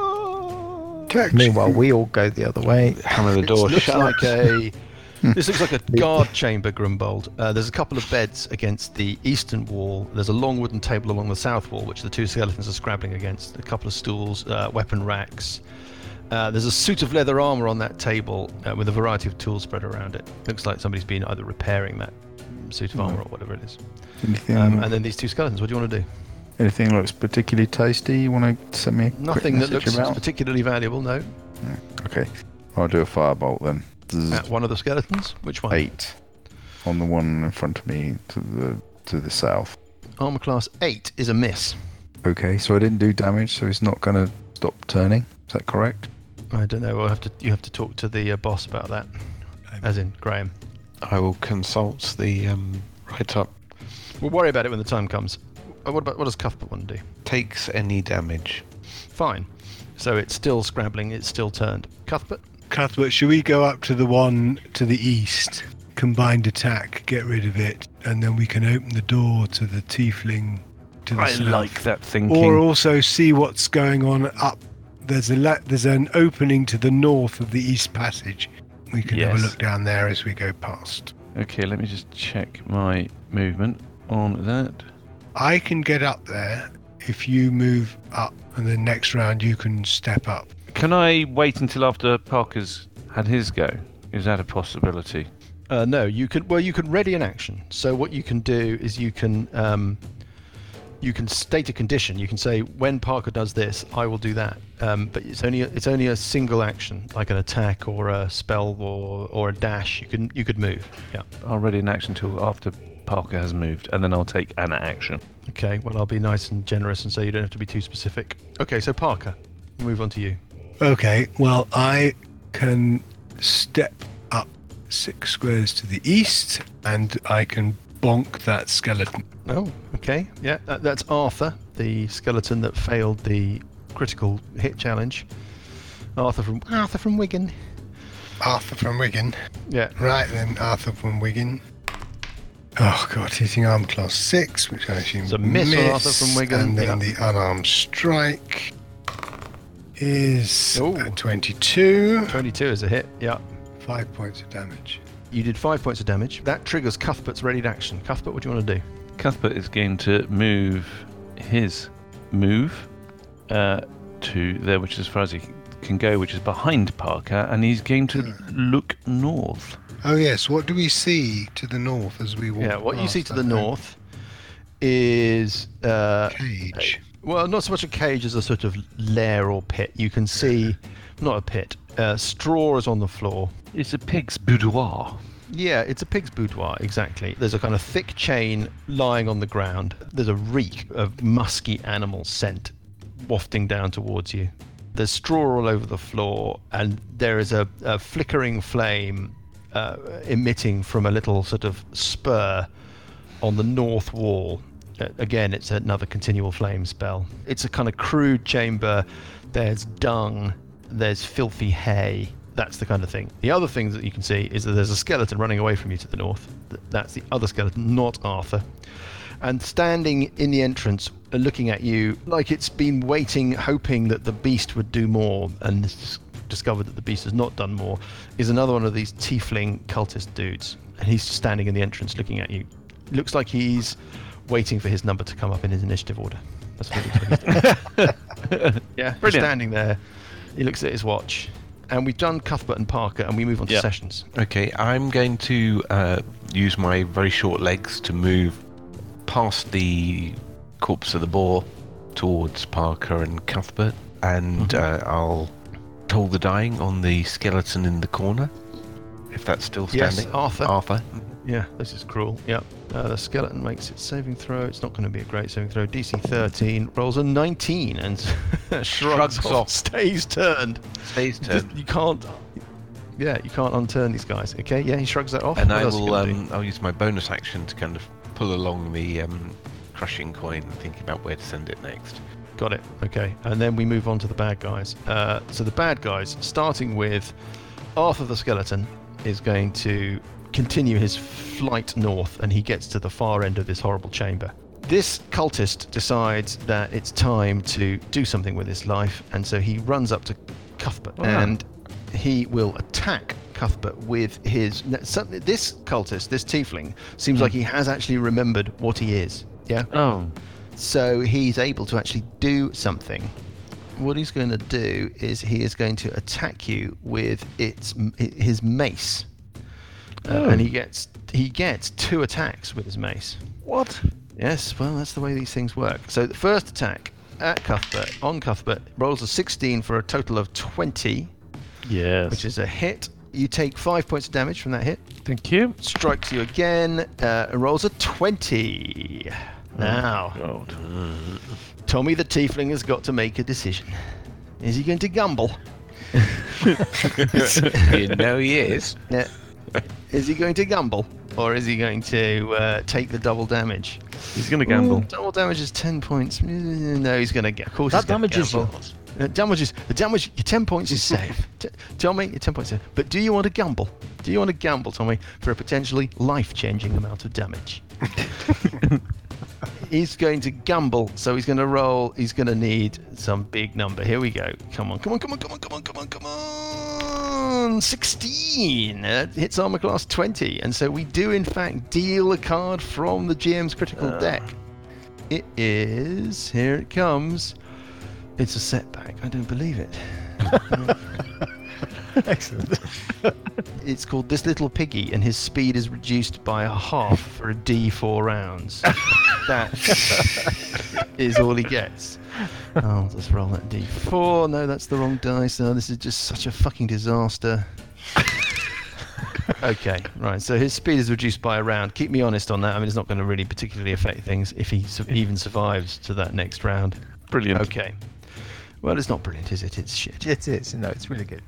Meanwhile, we all go the other way.
Hammer the
It
door
looks
shut.
like a. This looks like a guard chamber, Grimbold. Uh, there's a couple of beds against the eastern wall. There's a long wooden table along the south wall, which the two skeletons are scrabbling against. A couple of stools, uh, weapon racks. Uh, there's a suit of leather armor on that table uh, with a variety of tools spread around it. Looks like somebody's been either repairing that suit of armor or whatever it is.
Anything,
Um, and then these two skeletons. What do you want to do?
anything looks particularly tasty you want to send me? a quick
Nothing that
message
looks
about?
particularly valuable. No.
Okay. I'll do a firebolt then. Zzz,
At Uh, one of the skeletons. Which one?
Eight on the one in front of me to the to the south.
Armor class eight is a miss.
Okay, so I didn't do damage, so he's not going to stop turning. Is that correct?
I don't know. We'll have to. You have to talk to the uh, boss about that. As in Graham.
I will consult the um, write up.
We'll worry about it when the time comes. Uh, What about what does Cuthbert want to do?
Takes any damage.
Fine. So it's still scrabbling. It's still turned. Cuthbert.
Cuthbert, should we go up to the one to the east, combined attack, get rid of it, and then we can open the door to the tiefling to the
I
south?
like that thinking.
Or also see what's going on up. There's a la- there's an opening to the north of the east passage. We can have
Yes.
a look down there as we go past.
Okay, let me just check my movement on that.
I can get up there if you move up, and then next round you can step up.
Can I wait until after Parker's had his go? Is that a possibility?
Uh, no, you can. Well, you can ready an action. So what you can do is you can um, you can state a condition. You can say when Parker does this, I will do that. Um, but it's only it's only a single action, like an attack or a spell or or a dash. You can you could move. Yeah.
I'll ready an action till after Parker has moved, and then I'll take an action.
Okay. Well, I'll be nice and generous and say you don't have to be too specific. Okay. So Parker, move on to you.
Okay, well, I can step up six squares to the east and I can bonk that skeleton.
Oh. Okay. Yeah. That, that's Arthur, the skeleton that failed the critical hit challenge. Arthur from Arthur from Wigan.
Arthur from Wigan.
Yeah.
Right then, Arthur from Wigan. Oh god, hitting arm class six, which I assume
It's a miss on Arthur from Wigan,
And then
yeah.
the unarmed strike is
Ooh.
a 22,
22 is a hit, yeah.
five points of damage.
You did five points of damage. That triggers Cuthbert's ready to action. Cuthbert, what do you want to do?
Cuthbert is going to move his move uh, to there, which is as far as he can go, which is behind Parker, and he's going to look north.
Oh yes, what do we see to the north as we walk?
Yeah, what you
past
see to
that
the north is, uh,
Cage.
well, not so much a cage as a sort of lair or pit. You can see, not a pit, uh, straw is on the floor.
It's a pig's boudoir.
Yeah, it's a pig's boudoir, exactly. There's a kind of thick chain lying on the ground. There's a reek of musky animal scent wafting down towards you. There's straw all over the floor, and there is a, a flickering flame uh, emitting from a little sort of spur on the north wall. Uh, Again, it's another continual flame spell. It's a kind of crude chamber. There's dung, there's filthy hay. That's the kind of thing. The other thing that you can see is that there's a skeleton running away from you to the north. Th- That's the other skeleton, not Arthur. And standing in the entrance, uh, looking at you like it's been waiting, hoping that the beast would do more, and s- discovered that the beast has not done more, is another one of these tiefling cultist dudes. And he's standing in the entrance looking at you looks like he's waiting for his number to come up in his initiative order. That's what he looks like. yeah,
Brilliant.
standing there, he looks at his watch, and we've done Cuthbert and Parker, and we move on to
Yeah.
sessions.
Okay, I'm going to uh, use my very short legs to move past the corpse of the boar towards Parker and Cuthbert, and uh, I'll toll the dying on the skeleton in the corner, if that's still
Yes,
standing.
Arthur.
Arthur.
Yeah, this is cruel. Yeah, uh, the skeleton makes its saving throw. It's not going to be a great saving throw. DC 13 rolls a 19 and shrugs,
Shrugs
off,
off.
stays turned.
Stays
Just-
turned.
you can't. Yeah, you can't unturn these guys. Okay, yeah, he shrugs that off.
And
Oh, What
I
else you
will.
gonna do?
Um, I'll use my bonus action to kind of pull along the um, crushing coin, and think about where to send it next.
Got it. Okay. And then we move on to the bad guys. Uh, so the bad guys, starting with Arthur the Skeleton, is going to continue his flight north and he gets to the far end of this horrible chamber. This cultist decides that it's time to do something with his life and so he runs up to Cuthbert and he will attack Cuthbert with his. n- some- This cultist, this tiefling, seems like he has actually remembered what he is. Yeah?
Oh,
So he's able to actually do something. What he's going to do is he is going to attack you with its his mace. Uh, and he gets he gets two attacks with his mace.
What?
Yes, well, that's the way these things work. So the first attack at Cuthbert, on Cuthbert, rolls a 16 for a total of 20,
Yes.
which is a hit. You take five points of damage from that hit.
Thank you.
Strikes you again, uh, and rolls a 20. Now,
God.
Tommy the Tiefling has got to make a decision. Is he going to gamble?
you know he is.
Yeah. Is he going to gamble? Or is he going to uh, take the double damage?
He's going to gamble.
Oh.
Ooh, double damage is 10 points. No, he's going to get. Of course,
That
he's gonna
damages
gamble.
yours.
Uh, damages. The damage. Your 10 points is safe. T- Tommy, your 10 points is safe. But do you want to gamble? Do you want to gamble, Tommy, for a potentially life changing amount of damage? he's going to gamble, so he's going to roll. He's going to need some big number. Here we go. Come on, come on, come on, come on, come on, come on, come on. 16. Uh, That hits armor class 20. And so we do, in fact, deal a card from the GM's critical deck. It is. Here it comes. It's a setback. I don't believe it.
Excellent.
It's called This Little Piggy, and his speed is reduced by a half for a D4 rounds. that is all he gets. I'll just roll that D4. No, that's the wrong dice. No, this is just such a fucking disaster. okay, right. So his speed is reduced by a round. Keep me honest on that. I mean, it's not going to really particularly affect things if he su- even survives to that next round.
Brilliant.
Okay. Well, it's not brilliant, is it? It's shit.
it is. No, it's really good.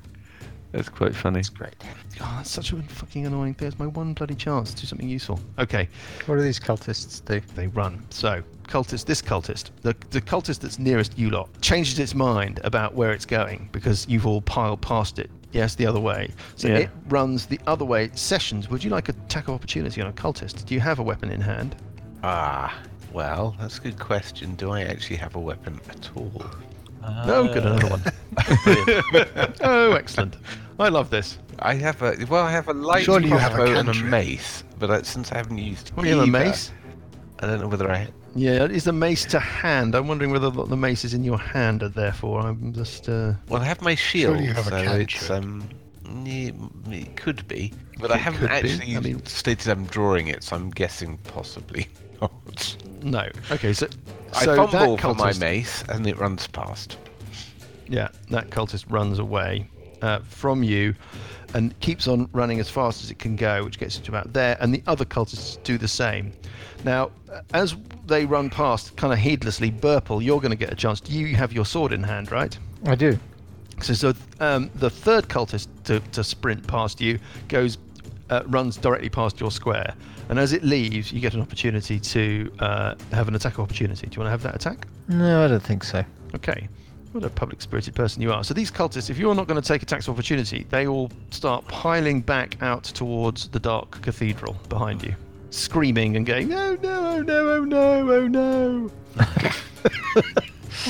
That's quite funny.
Great.
Oh, that's such a fucking annoying thing. It's my one bloody chance to do something useful. Okay,
What do these cultists do?
they run. So, cultist, this cultist, the, the cultist that's nearest you lot, changes its mind about where it's going because you've all piled past it. Yes, the other way. So
Yeah.
it runs the other way. Sessions, would you like a attack of opportunity on a cultist? Do you have a weapon in hand?
Ah, well, that's a good question. Do I actually have a weapon at all?
no, good, another one. Brilliant. oh, excellent. I love this.
I have a well, I have a light
Surely you have a
crossbow and a
cantrip.
mace, but uh, since I haven't used
What do you have, a
either,
mace?
I don't know whether I.
Yeah, is the mace to hand? I'm wondering whether the mace is in your hand, and therefore I'm just. Uh...
Well, I have my shield,
you have a
so it's
cantrip.
um, yeah, m- it could be, but I haven't
could be.
actually
I mean-
stated I'm drawing it, so I'm guessing possibly not.
No. Okay, so,
I
so
fumble
that
for my
cultist,
mace and it runs past.
yeah, that cultist runs away uh, from you and keeps on running as fast as it can go, which gets it to about there, and the other cultists do the same. Now, uh, as they run past, kind of heedlessly, Burple, you're going to get a chance. You have your sword in hand, right?
I do.
So, so um, the third cultist to, to sprint past you goes, uh, runs directly past your square, and as it leaves, you get an opportunity to uh, have an attack opportunity. Do you want to have that attack?
No, I don't think so.
Okay. What a public spirited person you are. So these cultists, if you're not going to take a tax opportunity, they all start piling back out towards the dark cathedral behind you, screaming and going, no, no, oh no, oh no, oh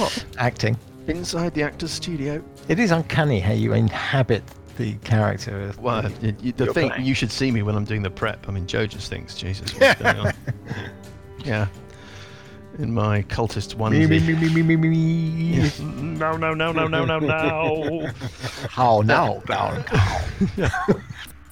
no.
Acting.
Inside the actor's studio.
It is uncanny how you inhabit the character. of-
Well, y- y- the thing, you should see me when I'm doing the prep. I mean, Joe just thinks, Jesus, what's going on? Yeah. In my cultist
Me, me, me,
onesie.
me, me, me, me, me.
No, no, no, no, no, no, no.
How now?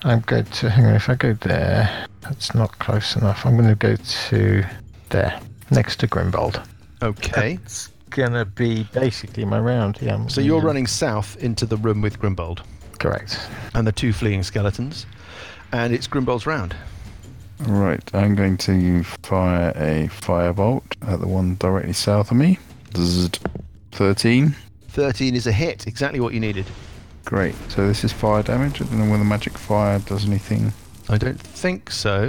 I'm going to hang on. If I go there, that's not close enough. I'm going to go to there, next to Grimbold.
Okay.
It's gonna be basically my round. Yeah. I'm-
So you're running south into the room with Grimbold.
Correct.
and the two fleeing skeletons, and it's Grimbold's round.
Right, I'm going to fire a firebolt at the one directly south of me. Zzzt. 13.
13 is a hit, exactly what you needed.
Great. So this is fire damage. I don't know whether magic fire does anything.
I don't think so.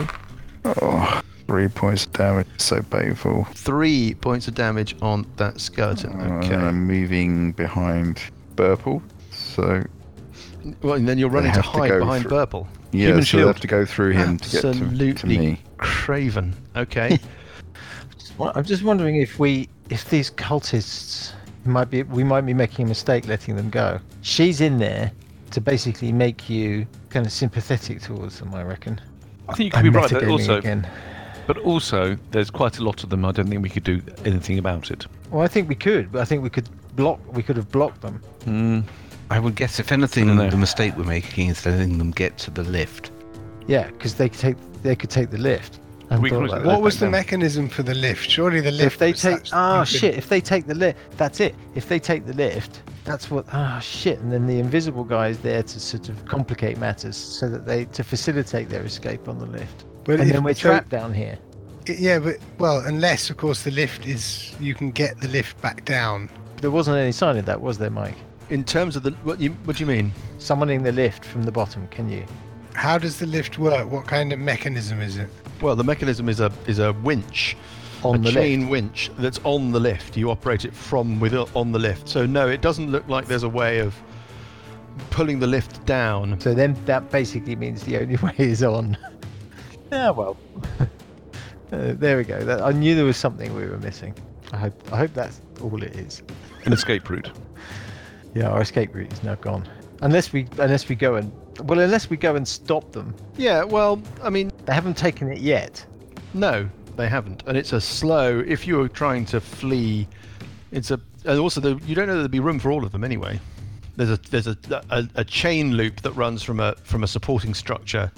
Oh, three points of damage. So painful.
Three points of damage on that skeleton.
And
Okay.
I'm moving behind Burple. So,
Well, and then you're running to
have to
hide
go
behind
through-
Burple.
yeah,
Human
so I
shield.
have to go through him to get to-
Absolutely
to me.
craven. Okay.
Well, I'm just wondering if we, if these cultists might be, we might be making a mistake letting them go. She's in there to basically make you kind of sympathetic towards them. I reckon.
I think you could be right, but
Metagaming
also,
again.
but also, there's quite a lot of them. I don't think we could do anything about it.
Well, I think we could, but I think we could block. We could have blocked them.
I would guess, if anything,
dunno.
Um,
the mistake we're making is letting them get to the lift.
Yeah, because they could take they could take the lift. I
We
thought
can-
about that
what was
back
the
then.
mechanism for the lift? Surely the lift.
If they
was
take
such that
ah
you could-
shit, if they take the lift, that's it. If they take the lift, that's what ah shit. And then the invisible guy is there to sort of complicate matters so that they to facilitate their escape on the lift.
But
and
if-
then we're
so-
trapped down here.
Yeah, but well, unless of course the lift is you can get the lift back down.
There wasn't any sign of that, was there, Mike?
In terms of the what you what do you mean?
Summoning the lift from the bottom, can you?
How does the lift work? What kind of mechanism is it?
Well, the mechanism is a is a winch,
On
a
the
chain winch that's on the lift. You operate it from with on the lift. So no, it doesn't look like there's a way of pulling the lift down.
So then that basically means the only way is on. yeah, well. Uh, there we go. That, I knew there was something we were missing. I hope I hope that's all it is.
An escape route.
Yeah, our escape route is now gone. Unless we unless we go and well, unless we go and stop them.
Yeah, well, I mean,
They haven't taken it yet.
no, they haven't, and it's a slow. If you were trying to flee, it's a and also the, you don't know that there'd be room for all of them anyway. There's a there's a, a a chain loop that runs from a from a supporting structure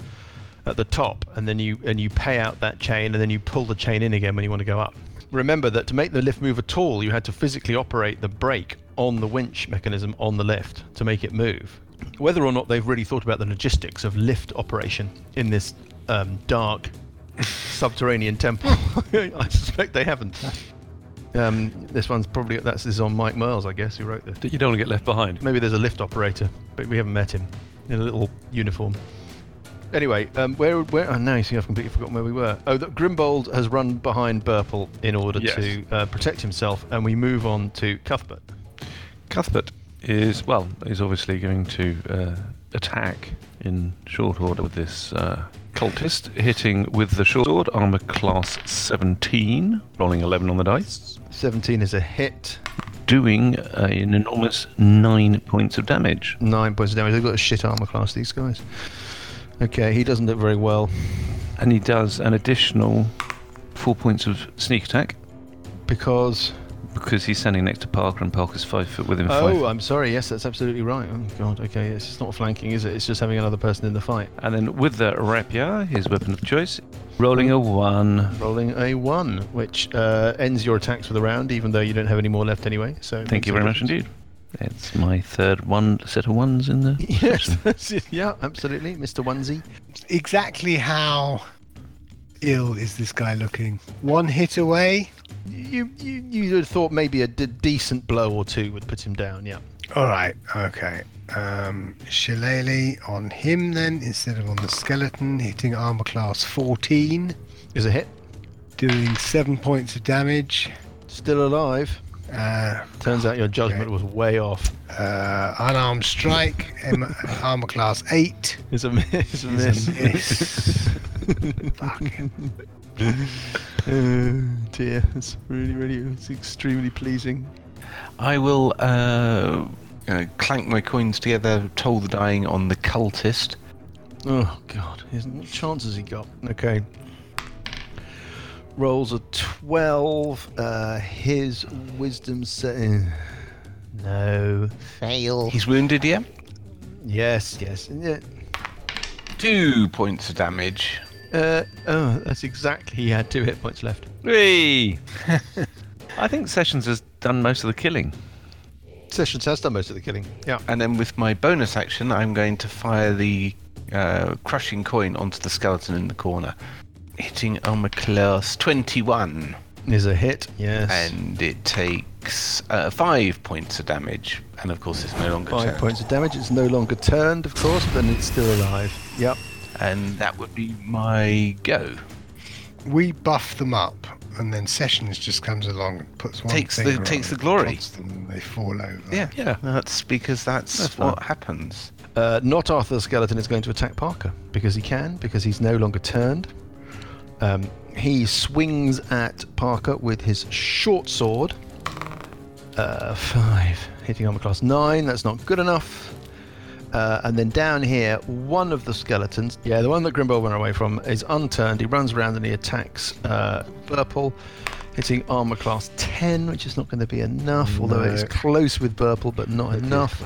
at the top, and then you and you pay out that chain, and then you pull the chain in again when you want to go up. Remember that to make the lift move at all, you had to physically operate the brake on the winch mechanism on the lift to make it move. Whether or not they've really thought about the logistics of lift operation in this um, dark subterranean temple, I suspect they haven't. Um, this one's probably that's this is on Mike Miles, I guess, who wrote this.
You don't want to get left behind.
Maybe there's a lift operator, but we haven't met him in a little uniform. Anyway, um, where where? Oh, now you see, I've completely forgotten where we were. Oh, that Grimbold has run behind Burple in order
Yes.
to uh, protect himself, and we move on to Cuthbert.
Cuthbert is well is obviously going to uh, attack in short order with this uh, cultist, hitting with the short sword, armor class 17, rolling 11 on the dice,
Seventeen is a hit,
doing uh, an enormous nine points of damage.
nine points of damage. They've got a shit armor class. These guys. Okay, he doesn't look very well
And he does an additional four points of sneak attack
because.
because he's standing next to Parker, and Parker's five foot within five.
Oh, I'm sorry. Yes, that's absolutely right. Oh God. Okay, yes, it's not flanking, is it? It's just having another person in the fight.
And then with the rapier, his weapon of choice, rolling a one.
Rolling a one, which uh, ends your attacks for the round, even though you don't have any more left anyway. So it
Thank
makes
you
no
very much
difference.
indeed. That's my third one set of ones in the.
Yes, that's it. yeah, absolutely, Mr. Onesie.
Exactly how ill is this guy looking? One hit away.
You you you would have thought maybe a d- decent blow or two would put him down. Yeah,
All right. Okay. Um, Shillelagh on him then instead of on the skeleton, hitting armor class 14,
is a hit.
doing seven points of damage.
Still alive.
Uh,
Turns out your judgment
Okay.
was way off.
uh, unarmed strike, em- armor class 8.
It's a miss. It's a miss.
is a miss. Fucking
oh, dear, it's really really it's extremely pleasing.
I will uh, uh, clank my coins together, toll the dying on the cultist.
Oh God, his, what chance has he got? Okay. Rolls a twelve. Uh, his wisdom sa- No. Fail.
He's wounded, yeah?
Yes, yes. Yeah.
Two points of damage.
Uh, oh, that's exactly. He had two hit points left.
Hey! I think Sessions has done most of the killing.
Sessions has done most of the killing. Yeah.
And then with my bonus action, I'm going to fire the uh, crushing coin onto the skeleton in the corner. Hitting armor class 21.
Is a hit. Yes.
And it takes uh, five points of damage. And of course, it's no longer
Five
turned.
points of damage. It's no longer turned, of course, but then it's still alive. Yep.
And that would be my go.
we buff them up, and then Sessions just comes along and puts one
Takes the-
finger
takes
on
the glory.
prods them, and they fall over.
Yeah, yeah. That's because that's,
That's
what happens.
Uh, not Arthur the Skeleton is going to attack Parker because he can, because he's no longer turned. Um, he swings at Parker with his short sword. Uh, five, hitting armor class nine. That's not good enough. Uh, and then down here, one of the skeletons, yeah, the one that Grimble went away from, is unturned. He runs around and he attacks uh, Burple, hitting armor class 10, which is not going to be enough, although it's close with Burple, but not enough.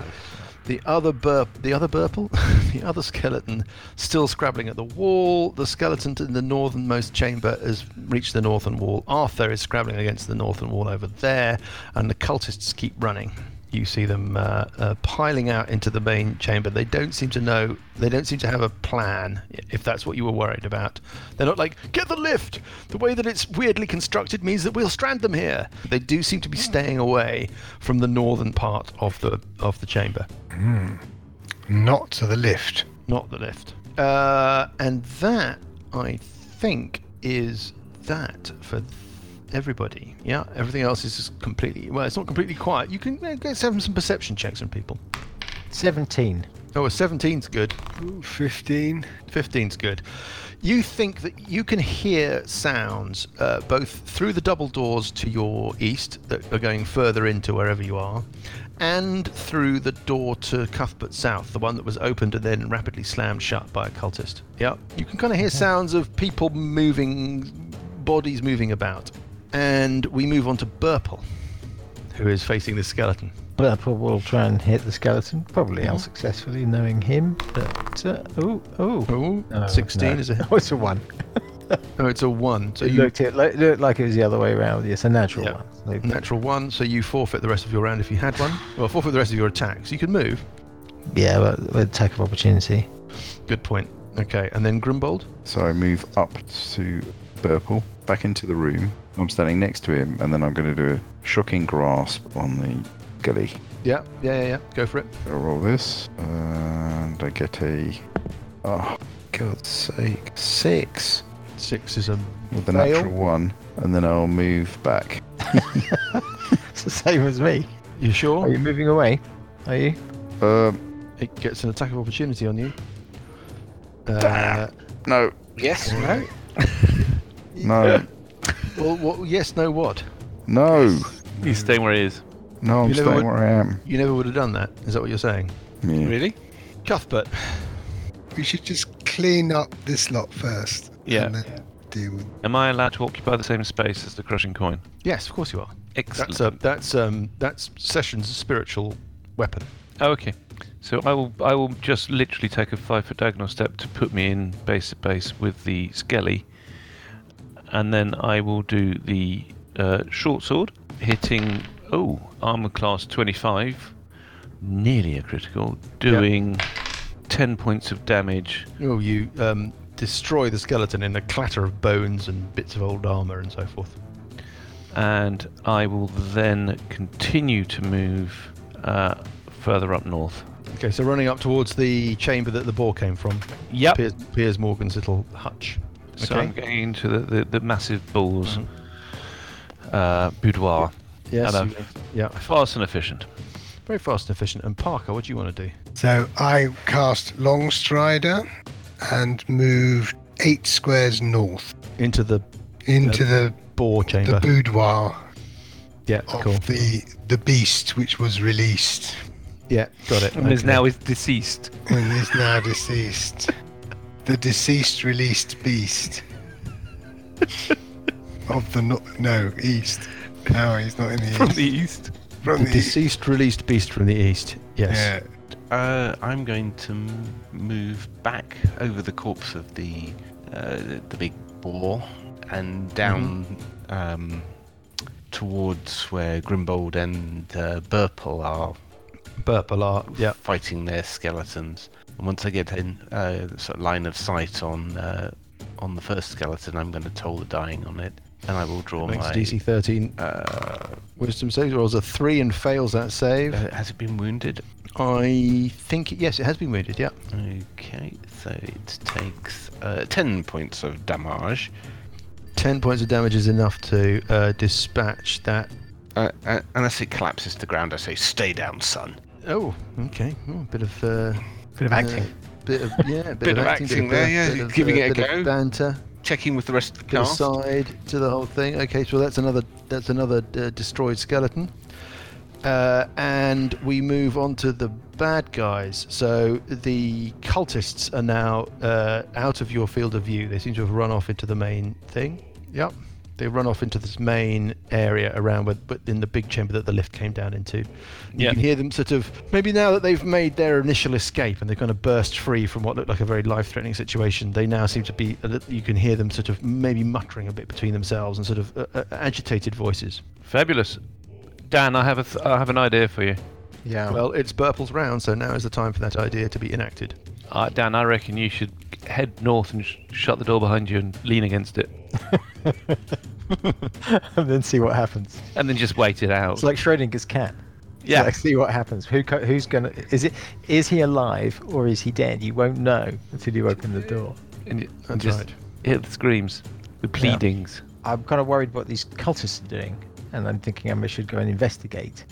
The other burp, the other burple, the other skeleton still scrabbling at the wall. The skeleton in the northernmost chamber has reached the northern wall. Arthur is scrabbling against the northern wall over there, and the cultists keep running. You see them uh, uh, piling out into the main chamber. They don't seem to know. They don't seem to have a plan. If that's what you were worried about, they're not like get the lift. The way that it's weirdly constructed means that we'll strand them here. They do seem to be staying away from the northern part of the of the chamber.
Not to the lift.
Not the lift. Uh, and that, I think, is that for th- everybody. Yeah, everything else is just completely. Well, it's not completely quiet. You can uh, get some, some perception checks from people.
17.
Oh, a 17's good.
Ooh, 15.
15's good. You think that you can hear sounds uh, both through the double doors to your east that are going further into wherever you are, and through the door to Cuthbert South, the one that was opened and then rapidly slammed shut by a cultist. Yeah, you can kind of hear sounds of people moving, bodies moving about. And we move on to Burple, who is facing the skeleton.
Purple will try and hit the skeleton, probably
Mm-hmm.
unsuccessfully, knowing him. But uh, oh, oh,
Oh,
No,
16
no.
is a hit.
Oh, it's a one.
Oh, it's a 1. So
it,
you
looked, it lo- looked like it was the other way around. Yes, a natural
Yeah.
one. So-
Natural one, so you forfeit the rest of your round if you had one. Well, forfeit the rest of your attacks. You can move.
yeah, well, with attack of opportunity.
Good point. Okay, and then Grimbold.
So I move up to Burple, back into the room. I'm standing next to him, and then I'm going to do a shocking grasp on the gully.
Yeah, yeah, yeah, yeah. Go for it.
I roll this, and I get a. Oh, God's sake. Six
Six is a
with a
fail.
natural one, and then I'll move back.
It's the same as me.
You
Are
sure?
you moving away? Are you?
Um,
It gets an attack of opportunity on you. Uh,
Ah. no,
Yes.
no.
no,
well, what, yes, no, what?
no,
He's staying where he is.
no, I'm
You never
staying
would-
where I am.
You never would have done that. Is that what you're saying?
Yeah.
Really?
Cuthbert.
We should just clean up this lot first.
Yeah.
And then deal with
Am I allowed to occupy the same space as the crushing coin?
Yes, of course you are.
Excellent.
That's um, that's um, that's Session's spiritual weapon.
Oh, okay. So I will I will just literally take a five foot diagonal step to put me in base to base with the skelly, and then I will do the uh, short sword, hitting oh armor class twenty five, nearly a critical, doing ten points of damage.
Oh, you um, destroy the skeleton in a clatter of bones and bits of old armor and so forth.
and I will then continue to move uh, further up north.
Okay, so running up towards the chamber that the boar came from.
Yep.
Piers, Piers Morgan's little hutch.
So I'm getting into the, the, the massive bull's uh, boudoir.
Yes.
And
you-
I'm
yeah.
fast and efficient.
Very fast and efficient. And Parker, what do you want to do?
So I cast Long Strider and move eight squares north
Into the
into the,
boar
the
chamber.
boudoir
yeah.
of
Cool.
the the beast which was released
Yeah. Got it.
And is
okay.
now is deceased.
and is now deceased. The deceased released beast of the no, no east. No, he's not in the east.
east.
From
the
the east.
deceased released beast from the east. Yes.
Yeah.
Uh, I'm going to m- move back over the corpse of the uh, the big boar and down
Mm-hmm.
um, towards where Grimbold and uh, Burple are
Burple are. Yeah.
fighting their skeletons. And once I get in uh, sort of line of sight on uh, on the first skeleton, I'm going to toll the dying on it, and I will draw
Makes
Oh my.
DC 13 uh, wisdom save rolls a three and fails that save.
Uh, has it been wounded?
I think yes, it has been wounded. Yeah.
Okay, so it takes uh, ten points of damage.
10 points of damage is enough to uh, dispatch that.
Uh, uh, unless it collapses to the ground, I say, "Stay down, son."
Oh, okay. Oh, a bit of. Uh,
Bit of
uh,
acting.
bit of, yeah, a bit,
Bit
of
of
acting,
acting
bit of-
there, yeah,
bit of,
giving
uh,
it a
bit of
go.
banter,
Checking with the rest of the
bit of
cast.
side to the whole thing. Okay, so that's another that's another uh, destroyed skeleton, uh, and we move on to the bad guys. So the cultists are now uh, out of your field of view. They seem to have run off into the main thing. Yep, They run off into this main area around where, but in the big chamber that the lift came down into. You
Yeah.
can hear them sort of maybe now that they've made their initial escape and they've kind of burst free from what looked like a very life-threatening situation. They now seem to be. a lit- You can hear them sort of maybe muttering a bit between themselves and sort of uh, uh, agitated voices.
Fabulous. Dan, I have a th- I have an idea for you.
Yeah.
Well, it's Burple's round, so now is the time for that idea to be enacted.
Uh, Dan, I reckon you should head north and sh- shut the door behind you and lean against it,
and then see what happens.
and then just wait it out.
It's like Schrodinger's cat. It's
Yeah.
like, see what happens. Who co- who's gonna? Is it? Is he alive or is he dead? You won't know until you open the door.
and you, and
That's
just
right.
hear the screams, the pleadings.
I'm kind of worried what these cultists are doing, and I'm thinking I should go and investigate.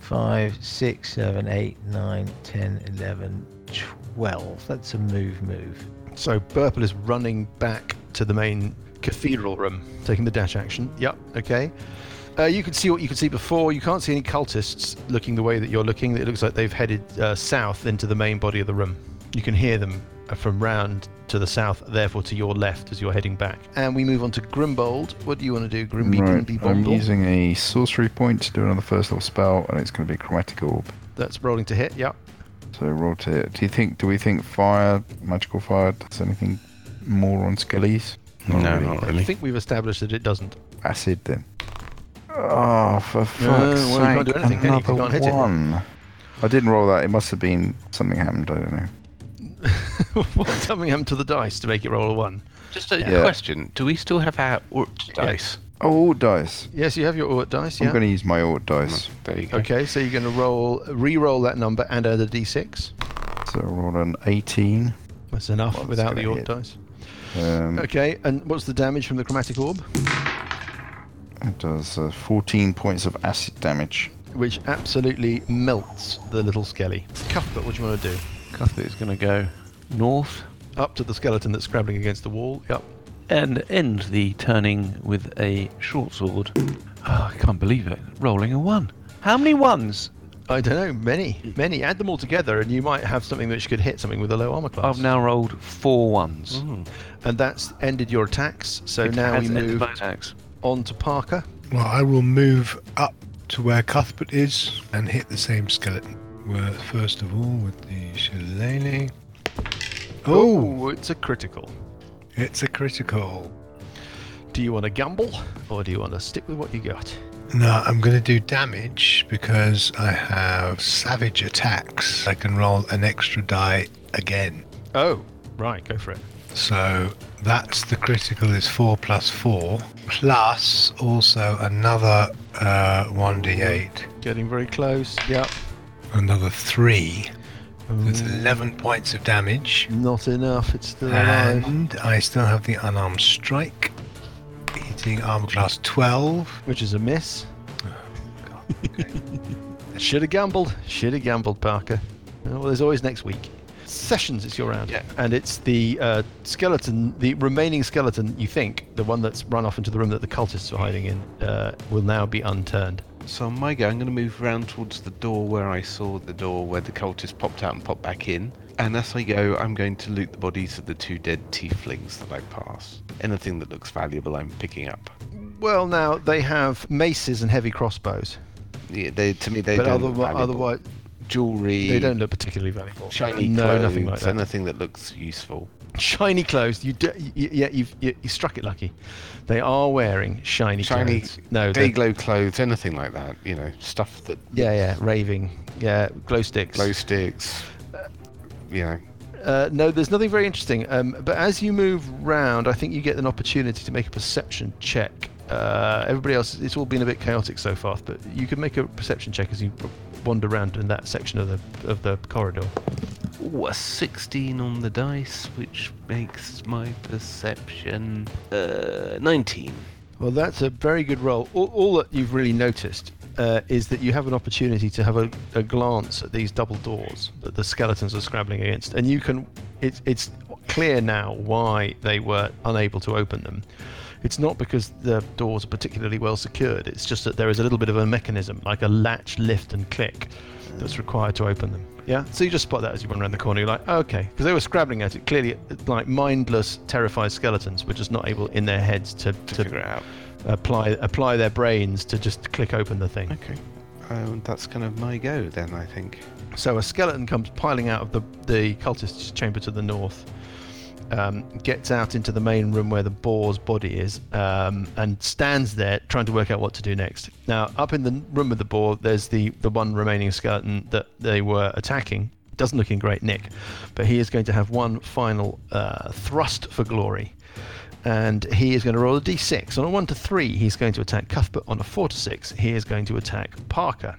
Five, six, seven, eight, nine, ten, eleven, twelve. That's a move, move.
So Burple is running back to the main cathedral room, taking the dash action. Yep. Okay. Uh, you can see what you can see before. You can't see any cultists looking the way that you're looking. It looks like they've headed uh, south into the main body of the room. You can hear them uh, from round to the south, therefore to your left as you're heading back. And we move on to Grimbold. What do you want to do, Grimby?
Right,
Grimby
I'm
Bomble?
using a sorcery point to do another first level spell, and it's going to be chromatic orb.
That's rolling to hit. Yep.
So roll to. Do you think? Do we think fire, magical fire, does anything more on Skellies? Not
No,
really.
not
I
really.
think we've established that it doesn't.
Acid then. Oh, for fuck's
well, you can't
sake!
do anything, can you? You
another
can't hit it.
one. I didn't roll that. It must have been something happened. I don't know.
What's coming happened to the dice to make it roll a one?
Just a
Yeah.
question: Do we still have our orc dice?
Oh, ort dice.
Yes, you have your ort dice. Yeah.
I'm going to use my ort dice.
There you go.
Okay, so you're going to roll, re-roll that number and add a d6.
So I rolled an 18.
That's enough
Well, it's
without
gonna
the orb
hit.
dice.
Um,
Okay, and what's the damage from the chromatic orb?
It does uh, 14 points of acid damage.
Which absolutely melts the little skelly. Cuthbert, what do you want to do?
Cuthbert's going to go north
Up to the skeleton that's scrabbling against the wall. Yep.
and end the turning with a short sword. Oh, I can't believe it. Rolling a one. How many ones?
I don't know, many, many. Add them all together, and you might have something which could hit something with a low armor class.
I've now rolled four ones.
and that's ended your attacks. So
It
now we
has ended
move
my attacks.
on to Parker.
Well, I will move up to where Cuthbert is and hit the same skeleton. Well, first of all, with the shillelagh. Oh,
Ooh, it's a critical.
it's a critical.
Do you want to gamble, or do you want to stick with what you got?
No, I'm going to do damage because I have savage attacks. I can roll an extra die again.
Oh, right, go for it.
So that's the critical is four plus four, plus also another uh, 1d8,
Getting very close. Yep.
another three. That's 11 points of damage.
Not enough. It's still alive.
And I still have the unarmed strike, hitting armor class 12.
Which is a miss. oh, Should have gambled. Should have gambled, Parker. Oh, Well, there's always next week. Sessions, it's your round.
Yeah.
And it's the uh, skeleton, the remaining skeleton, you think, the one that's run off into the room that the cultists are hiding in, uh, will now be unturned.
So on my go, I'm going to move round towards the door where I saw the door where the cultist popped out and popped back in. And as I go, I'm going to loot the bodies of the two dead tieflings that I pass. Anything that looks valuable, I'm picking up.
Well, now they have maces and heavy crossbows,
Yeah, they, to me, they
but
don't look
otherwise,
valuable.
otherwise
jewelry,
they don't look particularly valuable.
shiny
no,
clothes,
nothing like that.
anything that looks useful.
Shiny clothes. You, d- y yeah, you've, you, you struck it lucky. They are wearing shiny,
Shiny
clothes. No,
day
they're-
glow clothes, anything like that. You know, stuff that
Yeah, yeah, raving. Yeah, glow sticks.
glow sticks. You know,
Uh, no, there's nothing very interesting. Um, but as you move round, I think you get an opportunity to make a perception check. Uh, everybody else, it's all been a bit chaotic so far, but you can make a perception check as you wander around in that section of the of the corridor.
Ooh, a 16 on the dice, which makes my perception uh, 19.
Well, that's a very good roll. All, all that you've really noticed uh, is that you have an opportunity to have a, a glance at these double doors that the skeletons are scrabbling against, and you can. It, it's clear now why they were unable to open them. It's not because the doors are particularly well secured. It's just that there is a little bit of a mechanism, like a latch, lift, and click, that's required to open them. Yeah. So you just spot that as you run around the corner. You're like, oh, okay, because they were scrabbling at uh, it. Clearly, like mindless, terrified skeletons were just not able in their heads to, to
Figure it out.
apply apply their brains to just click open the thing.
Okay. Um, that's kind of my go then, I think.
So a skeleton comes piling out of the, the cultist's chamber to the north, um, gets out into the main room where the boar's body is, um, and stands there trying to work out what to do next. Now, up in the room with the boar, there's the, the one remaining skeleton that they were attacking. Doesn't look in great nick, but he is going to have one final uh, thrust for glory. And he is going to roll a d6. On a 1 to 3, he's going to attack Cuthbert. On a 4 to 6, he is going to attack Parker.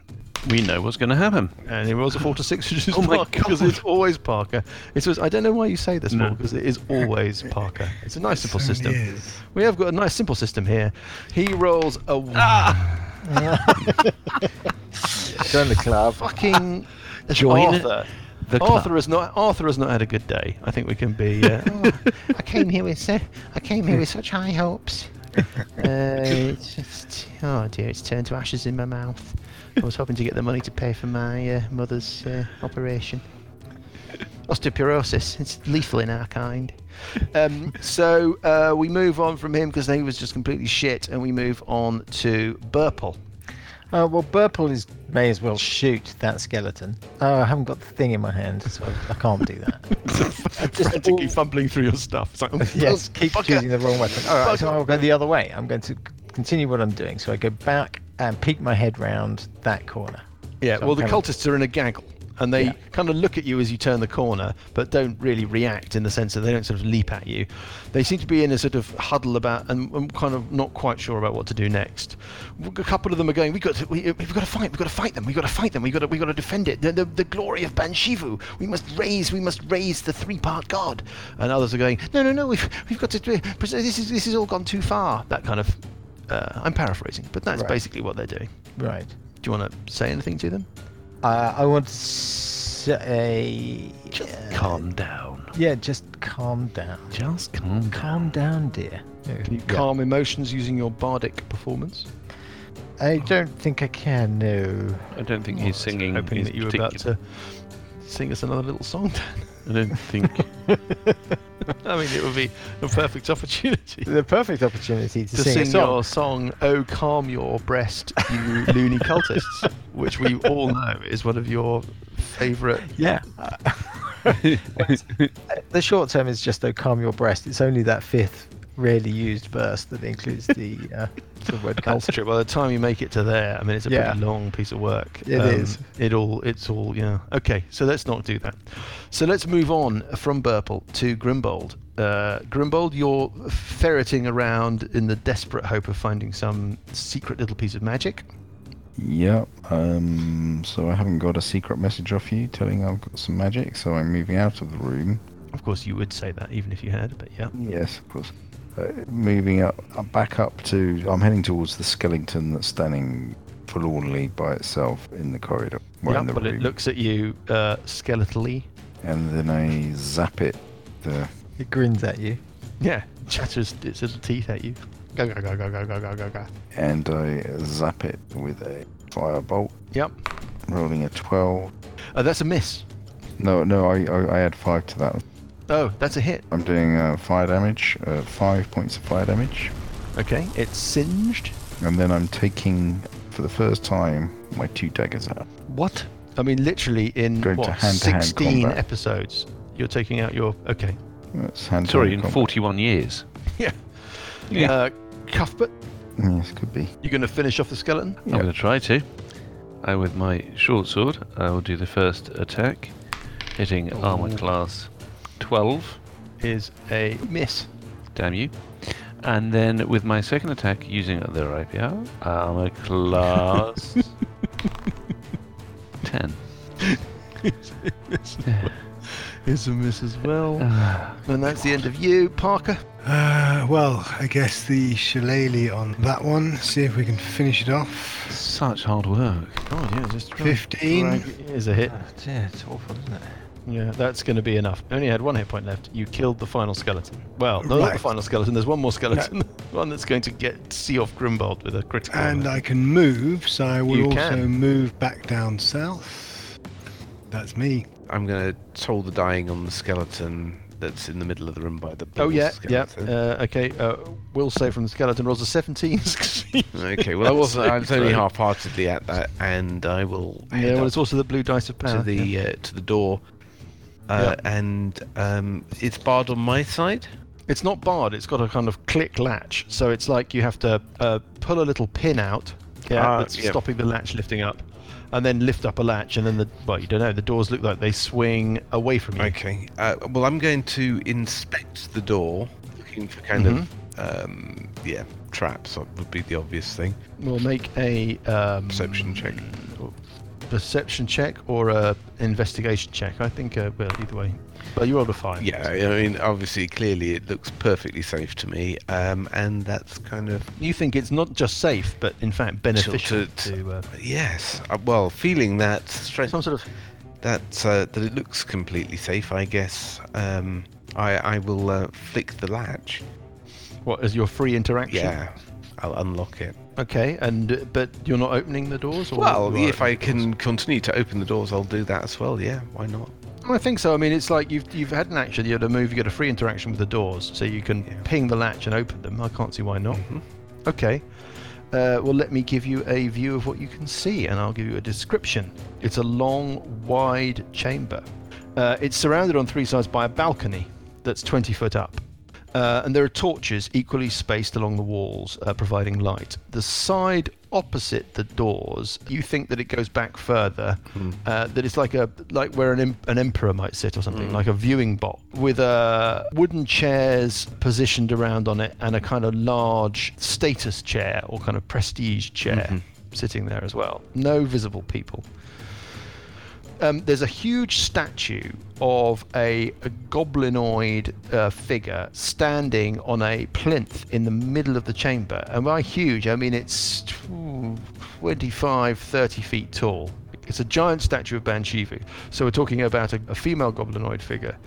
We know what's going to happen.
And he rolls a 4 to 6, which is
Oh my
Parker, because it's always Parker. It's always, I don't know why you say this, Paul, because it is always Parker. It's a nice simple system. We have got a nice simple system here. He rolls a one.
Join the club.
Fucking
Join
Arthur.
the club.
Arthur has not. Arthur has not had a good day. I think we can be. Uh, "Oh, I came here with. So, I came here with such high hopes. Uh, it's just, oh dear, it's turned to ashes in my mouth. I was hoping to get the money to pay for my uh, mother's uh, operation. Osteoporosis. It's lethal in our kind. Um, so uh, we move on from him because he was just completely shit, and we move on to Burple.
Uh, well, Burple is may as well shoot that skeleton. Oh, I haven't got the thing in my hand, so I, I can't do that.
Frantically fumbling through your stuff. It's like, "Oh,
yes, keep
fucker."
choosing the wrong weapon. All right, so I'll go the other way. I'm going to c- continue what I'm doing. So I go back and peek my head round that corner.
Yeah,
So
well,
I'm
the
kind of-
cultists are in a gaggle, and they
Yeah.
kind of look at you as you turn the corner, but don't really react in the sense that they don't sort of leap at you. They seem to be in a sort of huddle about and, and kind of not quite sure about what to do next. A couple of them are going, "We got, to, we, we've got to fight. We've got to fight them. We've got to fight them. We've got to, we've got to defend it. The, the, the glory of Banshivu. We must raise. We must raise the three-part god." And others are going, "No, no, no. We've, we've got to. do it. This is, this has all gone too far." That kind of. Uh, I'm paraphrasing, but that's
Right.
basically what they're doing.
Right.
Do you want to say anything to them?
Uh, I want to say. uh,
Calm down.
Yeah, just calm down.
Just calm down.
Calm down, dear.
Can you calm emotions using your bardic performance?
I don't think I can, no.
I don't think his singing
Hoping
is
that you were
particular.
about to sing us another little song. Dan.
I don't think.
I mean, it would be a perfect opportunity
The perfect opportunity to,
to
sing,
sing,
a song.
your song "Oh Calm Your Breast, You Loony Cultists," which we all know is one of your favourite.
Yeah. the short term is just, though, calm your breast. It's only that fifth rarely used verse that includes the, uh, the word
That's
cult.
true. By the time you make it to there, I mean, it's a
Yeah.
pretty long piece of work.
It
It
is.
is. It all. It's all. Yeah. Okay. So let's not do that. So let's move on from Burple to Grimbold. Uh, Grimbold, you're ferreting around in the desperate hope of finding some secret little piece of magic.
Yep. Um, so I haven't got a secret message off you telling I've got some magic, so I'm moving out of the room.
Of course, you would say that even if you had, but yeah.
Yes, of course. Uh, moving up, uh, back up to. I'm heading towards the skeleton that's standing forlornly by itself in the corridor. well,
yeah
in the
but it
room.
looks at you uh, skeletally.
And then I zap it. The
It grins at you.
Yeah. Chatters its little teeth at you. Go go go go go go go go go.
and I zap it with a firebolt,
Yep.
rolling a twelve.
Uh, that's a miss.
No, no, I, I, I add five to that.
Oh, that's a hit.
I'm doing uh, fire damage, uh, five points of fire damage,
Okay. It's singed.
and then I'm taking for the first time my two daggers out.
What? I mean, literally in
Going to
what,
hand-to-hand
16
combat.
episodes, you're taking out your. Okay.
That's hand
Sorry, in 41 years.
Yeah.
Yeah.
Uh, Cuthbert,
Yes, could be.
you're going to finish off the skeleton?
I'm going to try to. I, with my short sword, I will do the first attack, hitting
Oh.
armor class 12.
Is a miss.
Damn you. And then with my second attack, using their IPR, armor class 10.
Is a miss as well. and that's the end of you, Parker.
Uh, well, I guess the shillelagh on that one. See if we can finish it off.
Such hard work.
Oh, yeah, just try and
15.
drag- It is a hit.
Yeah, it's awful, isn't it?
Yeah, that's going to be enough. Only had one hit point left. You killed the final skeleton. Well, no, not the
Right.
final skeleton. There's one more skeleton. one that's going to get see off Grimbold with a critical. on
And
it.
I can move, so I will
You
also
can.
move back down south. That's me.
I'm going to toll the dying on the skeleton
that's in the middle of the room by the.
Oh
bull
yeah, yeah.
skeleton.
Uh, okay, uh, will save from the skeleton rolls a 17.
okay, well I was I was only half-heartedly at that, and I will.
Yeah, well, it's also the blue dice of power.
to the uh, to the door, uh, and um, it's barred on my side.
It's not barred. It's got a kind of click latch, so it's like you have to uh, pull a little pin out. Yeah,
Ah,
that's
yeah.
stopping the latch lifting up, and then lift up a latch, and then the well, you don't know. The doors look like they swing away from you.
Okay. Uh, well, I'm going to inspect the door, looking for kind of
Mm-hmm.
um, yeah traps. That would be the obvious thing.
We'll make a um,
Perception check.
perception check or a investigation check. I think uh, well either way. But you rolled a five.
Yeah, I mean, obviously, clearly, it looks perfectly safe to me, um, and that's kind of
You think it's not just safe, but in fact beneficial
Tilted.
to. uh,
yes. Uh, well, feeling that strength,
some sort of
that uh, that it looks completely safe. I guess um, I I will uh, flick the latch.
what is your free interaction?
Yeah, I'll unlock it.
Okay, and uh, but you're not opening the doors, or
Well,
you are
if I can continue to open the doors, I'll do that as well. Yeah, why not?
Well, I think so. I mean, it's like you've you've had an action, you had a move, you got a free interaction with the doors, so you can ping the latch and open them. I can't see why not. Okay. Uh, well, let me give you a view of what you can see, and I'll give you a description. It's a long, wide chamber. Uh, it's surrounded on three sides by a balcony that's 20 foot up. Uh, and there are torches equally spaced along the walls, uh, providing light. The side opposite the doors, you think that it goes back further, uh, that it's like a like where an em- an emperor might sit or something, like a viewing box with uh, wooden chairs positioned around on it and a kind of large status chair or kind of prestige chair sitting there as well. No visible people um, there's a huge statue of a, a goblinoid uh, figure standing on a plinth in the middle of the chamber. And by huge, I mean it's tw- 25, 30 feet tall. It's a giant statue of Banshivu. So we're talking about a, a female goblinoid figure